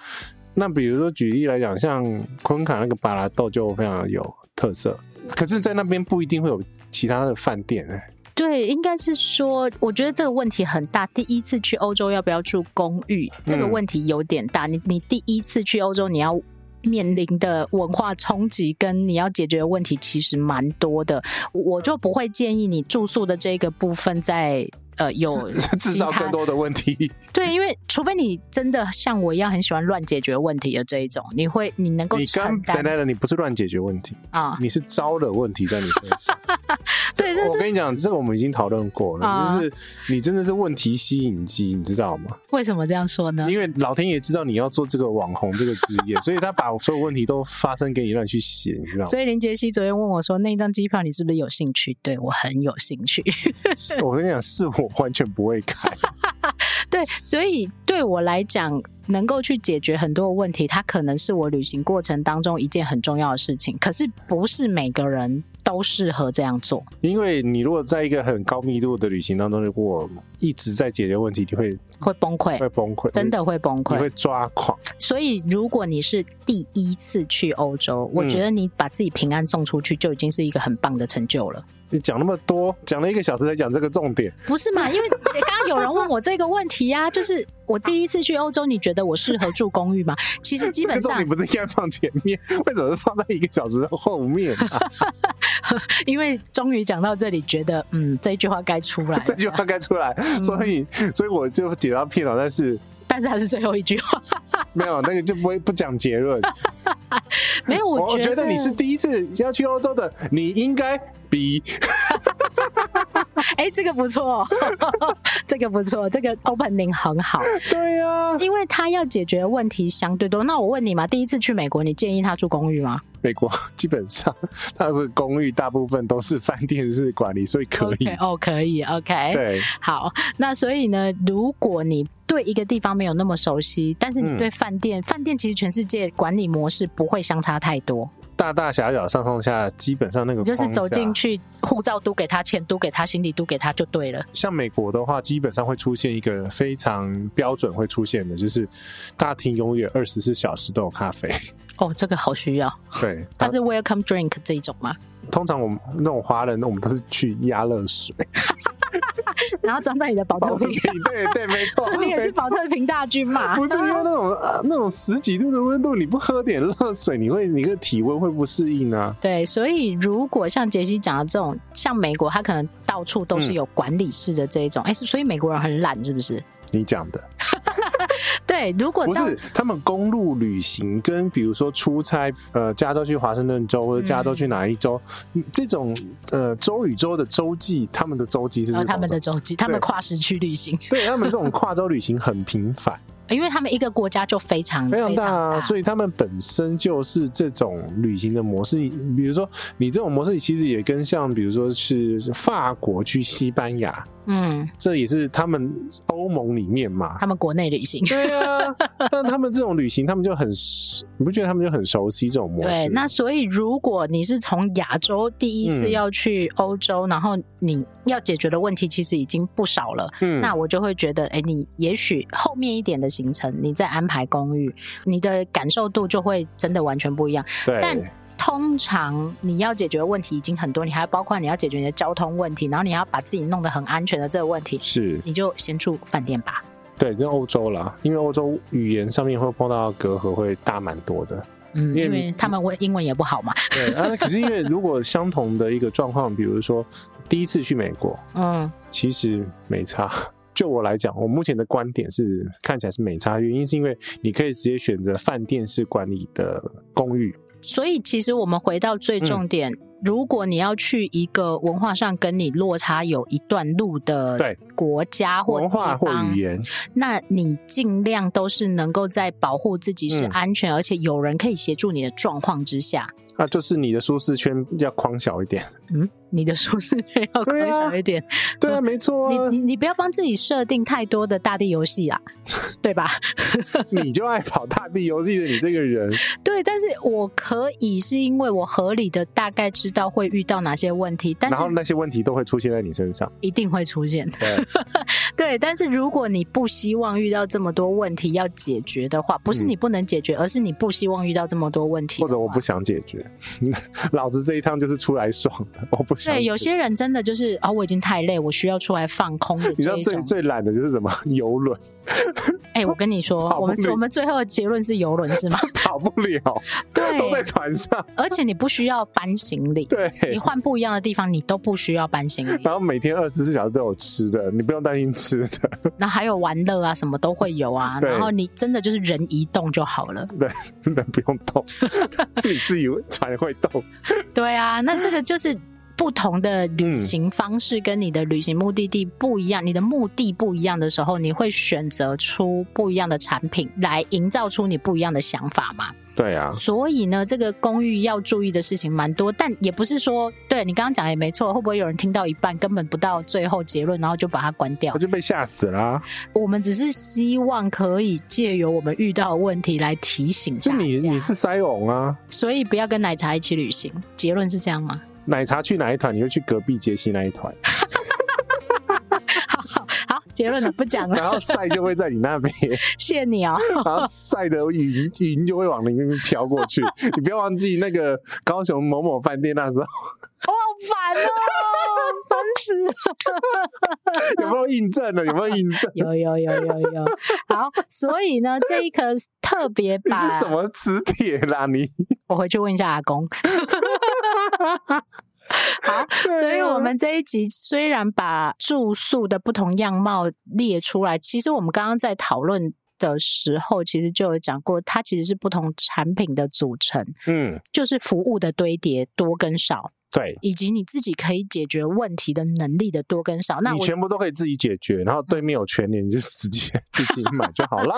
B: 那比如说举例来讲，像昆卡那个巴拉豆就非常有特色，可是，在那边不一定会有其他的饭店哎、
A: 对，应该是说，我觉得这个问题很大。第一次去欧洲要不要住公寓，这个
B: 嗯
A: 问题有点大。你你第一次去欧洲，你要。面临的文化冲击跟你要解决的问题其实蛮多的，我就不会建议你住宿的这个部分在呃有
B: 制
A: 其
B: 造
A: 他
B: 更多的问题。
A: 对，因为除非你真的像我一样很喜欢乱解决问题的这一种，你会你能够
B: 你
A: 承
B: 刚等
A: 担
B: 等，你不是乱解决问题，
A: 啊，
B: 你是招惹问题在你身上。
A: 对，这
B: 我
A: 是
B: 跟你讲，这个我们已经讨论过了，
A: 啊
B: 就是你真的是问题吸引机，你知道吗？
A: 为什么这样说呢？
B: 因为老天爷知道你要做这个网红这个职业，所以他把所有问题都发生给你，让你去写，你知道吗？
A: 所以林杰西昨天问我说：“那一张机票你是不是有兴趣？”对我很有兴趣。
B: 是我跟你讲，是我完全不会开。
A: 对，所以对我来讲，能够去解决很多问题，它可能是我旅行过程当中一件很重要的事情。可是不是每个人都适合这样做。
B: 因为你如果在一个很高密度的旅行当中，如果一直在解决问题，你会
A: 会崩溃，
B: 会崩溃，
A: 真的会崩
B: 你
A: 溃
B: 会。抓狂。
A: 所以，如果你是第一次去欧洲，
B: 嗯
A: 我觉得你把自己平安送出去就已经是一个很棒的成就了，
B: 你讲那么多，讲了一个小时才讲这个重点，
A: 不是 嘛？因为刚刚有人问我这个问题呀、 就是我第一次去欧洲，你觉得我适合住公寓吗？其实基
B: 这个
A: 本
B: 重
A: 上
B: 点不是应该放前面，为什么是放在一个小时后 面啊、
A: 因为终于讲到这里，觉得嗯，这句话该出来 了
B: 这句话该出来，所以所以我就解到片了，但是
A: 但是还是最后一句 话。
B: 没有那个就不会不讲结论。
A: 没有，
B: 哦我
A: 觉
B: 觉得你是第一次要去欧洲的，你应该比
A: 哎、这个不错， 这个不错，这个 opening 很 好，
B: 对啊呀、
A: 因为他要解决问题相对多。那我问你嘛，第一次去美国，你建议他住公寓吗？
B: 美国基本上它的公寓大部分都是饭店式管理，所以可以。
A: OK，哦，可以，OK，
B: 对，
A: 好。那所以呢，如果你对一个地方没有那么熟悉，但是你
B: 嗯
A: 对饭店，饭店其实全世界管理模式不会相差太多。
B: 大大小小、上上下，基本上那个
A: 你就是
B: 框
A: 走进
B: 架
A: 去，护照都给他，钱都给他，行李都给他就对了。
B: 像美国的话，基本上会出现一个非常标准会出现的，就是大厅永远二十四小时都有咖啡。
A: 哦，这个好需要。
B: 对，
A: 它是 welcome drink 这一种嘛，
B: 通常我们那种华人，我们都是去压 热水。
A: 然后装在你的保特瓶，，
B: 对对，没错
A: 你也是
B: 没错
A: 保特瓶大军 嘛？
B: 不是因为那种、啊那种十几度的温度，你不喝点热水，你会你的体温会不适应啊。
A: 对，所以如果像杰西讲的这种，像美国，它可能到处都是
B: 嗯
A: 有管理室的这一种，哎、是所以美国人很懒，是不是？
B: 你讲的
A: 对，如果
B: 不
A: 到
B: 是他们公路旅行跟比如说出差，呃，加州去华盛顿州或者加州去哪一州，
A: 嗯
B: 这种呃州与州的州际，他们的州际是
A: 然后哦呃
B: 这
A: 他
B: 种
A: 们的周期，他们
B: 对
A: 跨时区旅行，呃
B: 对他们这种跨州旅行很频 繁，
A: 因为他们一个国家就嗯非常
B: 非常大
A: 大，
B: 啊，所以他们本身就是这种旅行的模式。你比如说，你这种模式其实也跟像比如说是法国去西班牙，
A: 嗯，
B: 这也是他们欧盟里面嘛
A: 他。们国内旅行。
B: 对啊， 但他们这种旅行，他们就很熟，你不觉得他们就很熟悉这种模式？
A: 对，那所以如果你是从亚洲第一次
B: 嗯
A: 要去欧洲，然后你要解决的问题其实已经不少了，
B: 嗯
A: 那我就会觉得，哎、你也许后面一点的行程，你再安排公寓，你的感受度就会真的完全不一样。
B: 对，
A: 但通常你要解决的问题已经很多，你还包括你要解决你的交通问题，然后你要把自己弄得很安全的这个问题，
B: 是
A: 你就先住饭店吧。
B: 对，跟欧洲啦，因为欧洲语言上面会碰到隔阂会大蛮 多的。
A: 嗯，
B: 因为
A: 因为他们文英文也不好嘛。
B: 对啊，可是因为如果相同的一个状况，比如说第一次去美国，
A: 嗯
B: 其实没差。 就我来讲，我目前的观点是看起来是没差，原因是因为你可以直接选择饭店式管理的公寓。
A: 所以其实我们回到最
B: 嗯
A: 重点，如果你要去一个文化上跟你落差有一段路的
B: 对
A: 国家或
B: 文化
A: 地
B: 或
A: 方
B: 语言，
A: 那你尽量都是能够在保护自己是
B: 嗯
A: 安全，而且有人可以协助你的状况之下，
B: 那、就是你的舒适圈要框小一点。
A: 嗯，你的舒适圈要
B: 对
A: 缩
B: 啊
A: 小一点。
B: 对啊，没错啊，
A: 嗯你你你不要帮自己设定太多的大地游戏啦，对吧？
B: 你就爱跑大地游戏的你这个人，
A: 对，但是我可以是因为我合理的大概知道会遇到哪些问题，但
B: 然
A: 是
B: 后那些问题都会出现在你身上。
A: 一定会出现。
B: 对，
A: 对，但是如果你不希望遇到这么多问题要解决的话，不是
B: 嗯
A: 你不能解决，而是你不希望遇到这么多问题的
B: 或
A: 话，
B: 者我不想解决， 老子这一趟就是出来爽的，我不想解
A: 对，
B: 决。
A: 有些人真的就是啊、我已经太累，我需要出来放空的
B: 你知
A: 这
B: 道
A: 一
B: 最
A: 种。
B: 最懒的就是什么？游轮
A: 哎、我跟你说，
B: 跑
A: 我们
B: 步旅
A: 我们最后的结论是游轮是吗？
B: 跑不了，都
A: 对，
B: 在船上。
A: 而且你不需要搬行李，
B: 对，
A: 你换不一样的地方，你都不需要搬行李，
B: 然后每天二十四小时都有吃的，你不用担心吃的。
A: 那还有玩乐啊，什么都会有啊。
B: 对
A: 然后你真的就是人移动就好了。
B: 对，真的不用 动，你自己船会动。
A: 对啊，那这个就是不同的旅
B: 嗯
A: 行方式跟你的旅行目的地不一样，你的目的不一样的时候，你会选择出不一样的产品来营造出你不一样的想法嘛？
B: 对啊，
A: 所以呢，这个公寓要注意的事情蛮多，但也不是说对你刚刚讲的也没错，会不会有人听到一半根本不到最后结论，然后就把它关掉
B: 我？就被吓死啦、
A: 我们只是希望可以借由我们遇到的问题来提醒
B: 就
A: 大
B: 你你
A: 家，
B: 是塞翁啊，
A: 所以不要跟奶茶一起旅行。结论是这样吗？
B: 奶茶去哪一团，你就去隔壁杰西那一团，
A: 好，结论了，不讲 了，
B: 然后晒就会在你那 边，
A: 谢谢你哦。
B: 然后晒的云云就会往你那边飘过 去。你不要忘记那个高雄某某饭店那 时候
A: 我好烦哦， 烦死了！
B: 有没有印证了？有没有 印证？
A: 有有有有有，好，所以呢，这一颗特别
B: 你
A: 版
B: 是什？么磁铁啦你？
A: 我回去问一下阿公。 好，所以我
B: 啊
A: 们这一集虽然把住宿的不同样貌列出来，其实我们刚刚在讨论的时候，其实就有讲过，它其实是不同产品的组成，
B: 嗯，
A: 就是服务的堆叠多跟少，
B: 对，
A: 以及你自己可以解决问题的能力的多跟少。那
B: 你
A: 我
B: 全部都可以自己解决，然后对面有全年，你就直接自己买就 好啦。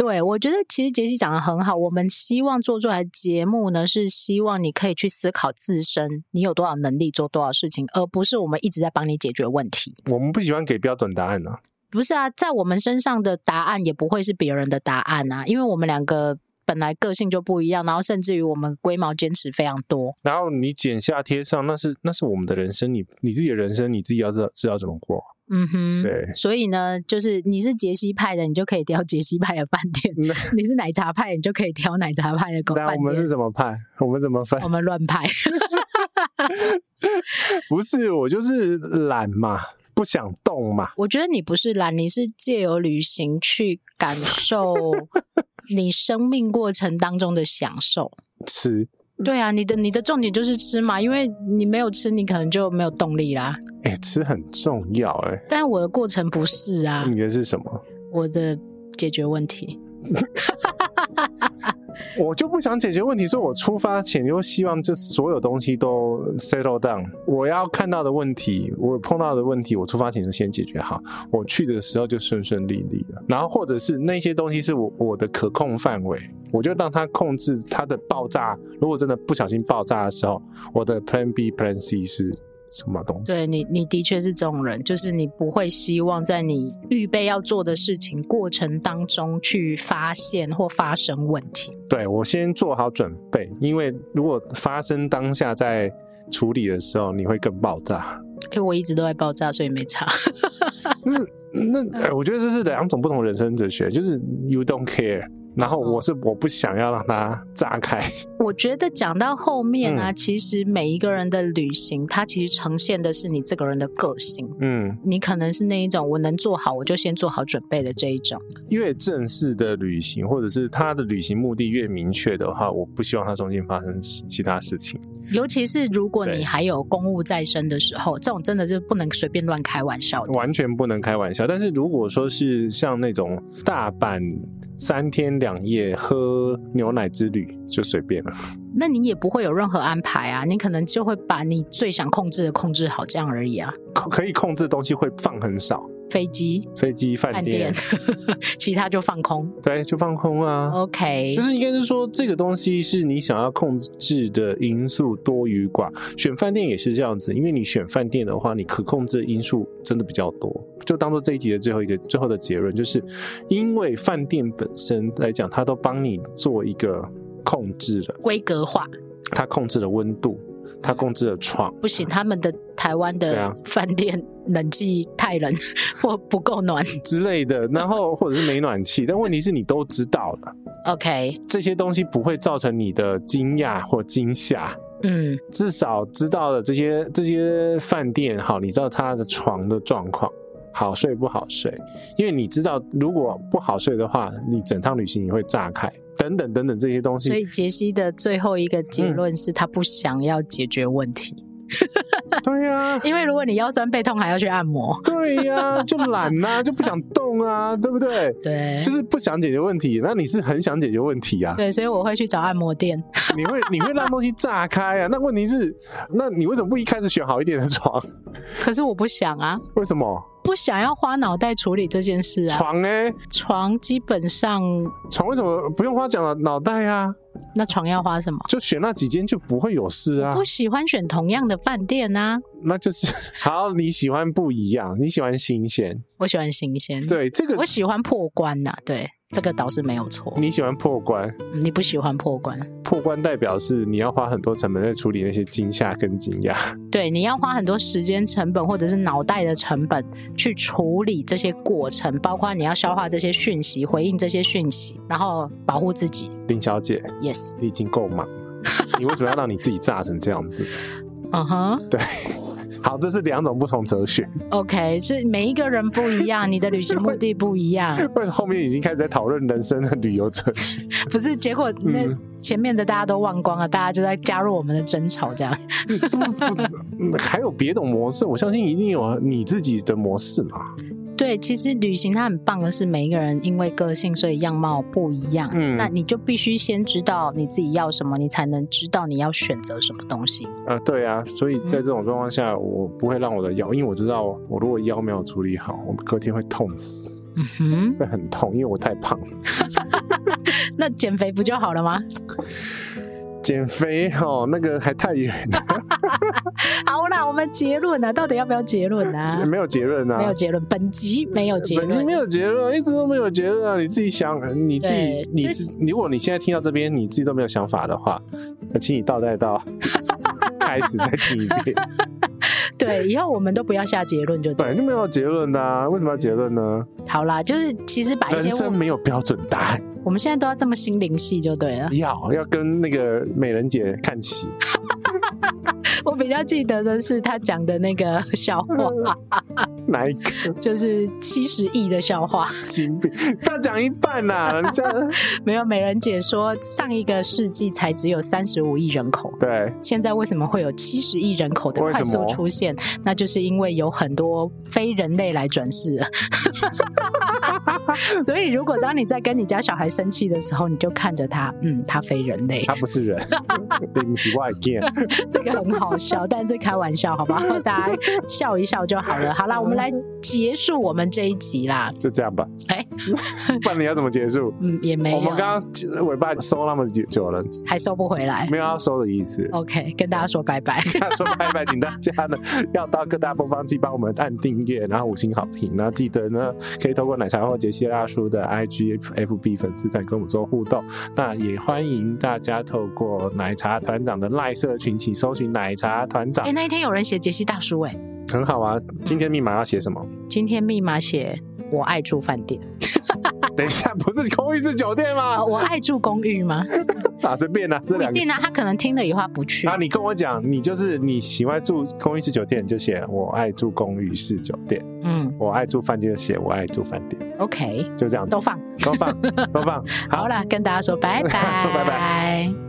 A: 对，我觉得其实杰西讲的很好。我们希望做出来的节目呢，是希望你可以去思考自身，你有多少能力做多少事情，而不是我们一直在帮你解决问题。
B: 我们不喜欢给标准答案啊，
A: 不是啊，在我们身上的答案也不会是别人的答案啊，因为我们两个本来个性就不一样，然后甚至于我们龟毛坚持非常多。
B: 然后你剪下贴上，那是那是我们的人生，你你自己的人生你自己要知道知道怎么过。
A: 嗯哼，
B: 对
A: 所以呢，就是你是杰西派的，你就可以挑杰西派的饭店；
B: 那
A: 你是奶茶派，你就可以挑奶茶派的狗
B: 那
A: 饭
B: 我们
A: 店。哦
B: 是怎么派？我们怎么分
A: 我？们乱派，
B: 不是我就是懒嘛，不想动嘛。
A: 我觉得你不是懒，你是借由旅行去感受你生命过程当中的享受。
B: 吃，
A: 对啊，你的你的重点就是吃嘛，因为你没有吃，你可能就没有动力啦。
B: 哎、吃很重要哎、
A: 但我的过程不是啊，
B: 你的是什么？
A: 我的解决问题。
B: 我就不想解决问题，所以我出发前就希望这所有东西都 settle down。我要看到的问题，我碰到的问题，我出发前就先解决好。我去的时候就顺顺利利了。然后或者是那些东西是我我的可控范围，我就让它控制它的爆炸。如果真的不小心爆炸的时候，我的 Plan B、Plan C 是什么东西？
A: 对你，你的确是这种人，就是你不会希望在你预备要做的事情过程当中去发现或发生问题。
B: 对我先做好准备，因为如果发生当下在处理的时候，你会更爆炸。
A: 因为我一直都在爆炸，所以没差。
B: 那、呃我觉得这是两种不同的人生哲学，就是 you don't care，然后我是我不想要让它炸开。
A: 我觉得讲到后面啊，其实每一个人的旅行，它其实呈现的是你这个人的个性。
B: 嗯，
A: 你可能是那一种我能做好，我就先做好准备的这一种。
B: 越正式的旅行，或者是他的旅行目的越明确的话，我不希望它中间发生其他事情。
A: 尤其是如果
B: 对
A: 你还有公务在身的时候，这种真的是不能随便乱开玩笑的。
B: 完全不能开玩笑。但是如果说是像那种大阪三天两夜喝牛奶之旅，就随便了。
A: 那你也不会有任何安排啊，你可能就会把你最想控制的控制好，这样而已啊。
B: 可可以控制的东西会放很少，
A: 飞机、
B: 飞机、饭
A: 饭
B: 店
A: 店， 其他就放空。
B: 对，就放空啊。
A: OK，
B: 就是应该是说，这个东西是你想要控制的因素多与寡。选饭店也是这样子，因为你选饭店的话，你可控制的因素真的比较多。就当做这一集的最后一个最后的结论，就是因为饭店本身来讲，它都帮你做一个控制了，
A: 规格化
B: 它控制了温度，它控制了床，
A: 不行，他们的台湾
B: 对啊
A: 的饭店冷气太冷或不够暖。
B: 之类的，然后或者是没暖气，但问题是你都知道了，
A: OK，
B: 这些东西不会造成你的惊讶或惊吓。
A: 嗯，
B: 至少知道了这些这些饭店，好，你知道他的床的状况，好睡不好睡，因为你知道如果不好睡的话，你整趟旅行你会炸开，等等等等这些东
A: 所
B: 西，
A: 以杰西的最后一个
B: 嗯
A: 结论是他不想要解决问题，
B: 对呀、
A: 因为如果你腰酸背痛还要去按摩，
B: 对呀、就懒呐、就不想动啊，对不对？
A: 对，
B: 就是不想解决问题，那你是很想解决问题啊？
A: 对，所以我会去找按摩店。
B: 你会你会让东西炸开啊？那问题是，那你为什么不一开始选好一点的床？
A: 可是我不想啊，
B: 为什么？
A: 不想要花脑袋处理这件事啊。
B: 床哎、
A: 床基本上，
B: 床为什么不用花讲了？脑袋啊？
A: 那床要花什么？
B: 就选那几间就不会有事啊
A: 不。喜欢选同样的饭店啊，
B: 那就是 好，你喜欢不一样，你喜欢新鲜，
A: 我喜欢新鲜，，
B: 对这个
A: 我喜欢破关呐、对，这个倒是没有错。
B: 你喜欢破关，
A: 嗯你不喜欢破关，
B: 破关代表是你要花很多成本在处理那些惊吓跟惊讶，
A: 对，你要花很多时间成本或者是脑袋的成本去处理这些过程，包括你要消化这些讯息，回应这些讯息，然后保护自己。
B: 林小姐，
A: Yes，
B: 你已经够忙了，你为什么要让你自己炸成这样子？
A: 嗯哼
B: 好，这是两种不同哲学。
A: ，OK，所以每一个人不一样，你的旅行目的不一样。
B: 为什么后面已经开始在讨论人生的旅游哲学？
A: 不是，结果那
B: 嗯
A: 前面的大家都忘光了，大家就在加入我们的争吵，这样
B: 嗯还有别种模式，我相信一定有啊你自己的模式嘛。
A: 对，其实旅行它很棒的是，每一个人因为个性，所以样貌不一样。
B: 嗯
A: 那你就必须先知道你自己要什么，你才能知道你要选择什么东西。
B: 呃，对啊，所以
A: 嗯
B: 在这种状况下，我不会让我的腰，因为我知道我如果腰没有处理好，我隔天会痛死。
A: 嗯哼，
B: 会很痛，因为我太胖。
A: 那减肥不就好了吗？
B: 减肥哦，那个还太远了。
A: 好啦，我们们结论啊？到底要不要结论 啊？
B: 没有结论
A: 没有
B: 啊。
A: 结论，本集没有结
B: 本集
A: 论
B: 没。有结论，一直都没有结论啊！你自己想，你自己
A: 对，
B: 你
A: 这
B: 自，如果你现在听到这边，你自己都没有想法的话，那请你倒 带到开始再听一遍。
A: 对，以后我们都不要下结论就
B: 本
A: 对
B: 来就没有结论的、啊，为什么要结论呢？
A: 好啦。就是其实把一
B: 人
A: 些
B: 生
A: 问，
B: 没有标准答案，
A: 我们现在都要这么心灵系就对了。
B: 要要跟那个美人姐看齐。
A: 我比较记得的是他讲的那个笑话，
B: 嗯哪一个
A: 就是七十亿的笑话。
B: 金币？他讲一半呐、人家，
A: 没有美人姐说，上一个世纪才只有三十五亿人口
B: 对
A: 现在为什么会有七十亿人口的
B: 为什
A: 快
B: 么
A: 速出现？那就是因为有很多非人类来转世了。 所以，如果当你在跟你家小孩生气的时候，你就看着他，嗯，他非人类，
B: 他不是人，对不起外 见。
A: 这个很好笑，但这开玩笑，好不好？ 大家笑一笑就好了。好啦，我们来结束我们这一集啦。
B: 就这样吧。
A: 哎
B: 不然你要怎么结束？
A: 嗯，也没
B: 我
A: 有，
B: 们刚刚尾巴收那么久了，
A: 还收不回来。
B: 没有要收的意思。
A: OK，跟大家说拜 拜。
B: 那说拜拜，请大家呢要到各大播放器帮我们按订阅，然后五星好评，然后记得呢可以透过奶茶或杰西大叔的 IG、FB 粉丝团跟我们做互动。那也欢迎大家透过奶茶团长的赖社群，请搜寻奶茶团长
A: 哎、，那一天有人写杰西大叔、哎。
B: 很好啊。今天密码要写什么？
A: 今天密码写我爱住饭店
B: 等一下，不是公寓是酒店吗
A: 啊，？我爱住公寓吗？
B: 啊，随便 啊，这
A: 不一
B: 两个
A: 定啊，他可能听了以后他不去
B: 啊，。你跟我讲，你就是你喜欢住公寓式酒店，你就写我爱住公寓式酒店；
A: 嗯
B: 我爱住饭店，就写我爱住饭店，
A: ，OK，
B: 就这样子
A: 都，放
B: 都放，都放。
A: 好了，跟大家说拜拜，
B: 说拜
A: 拜。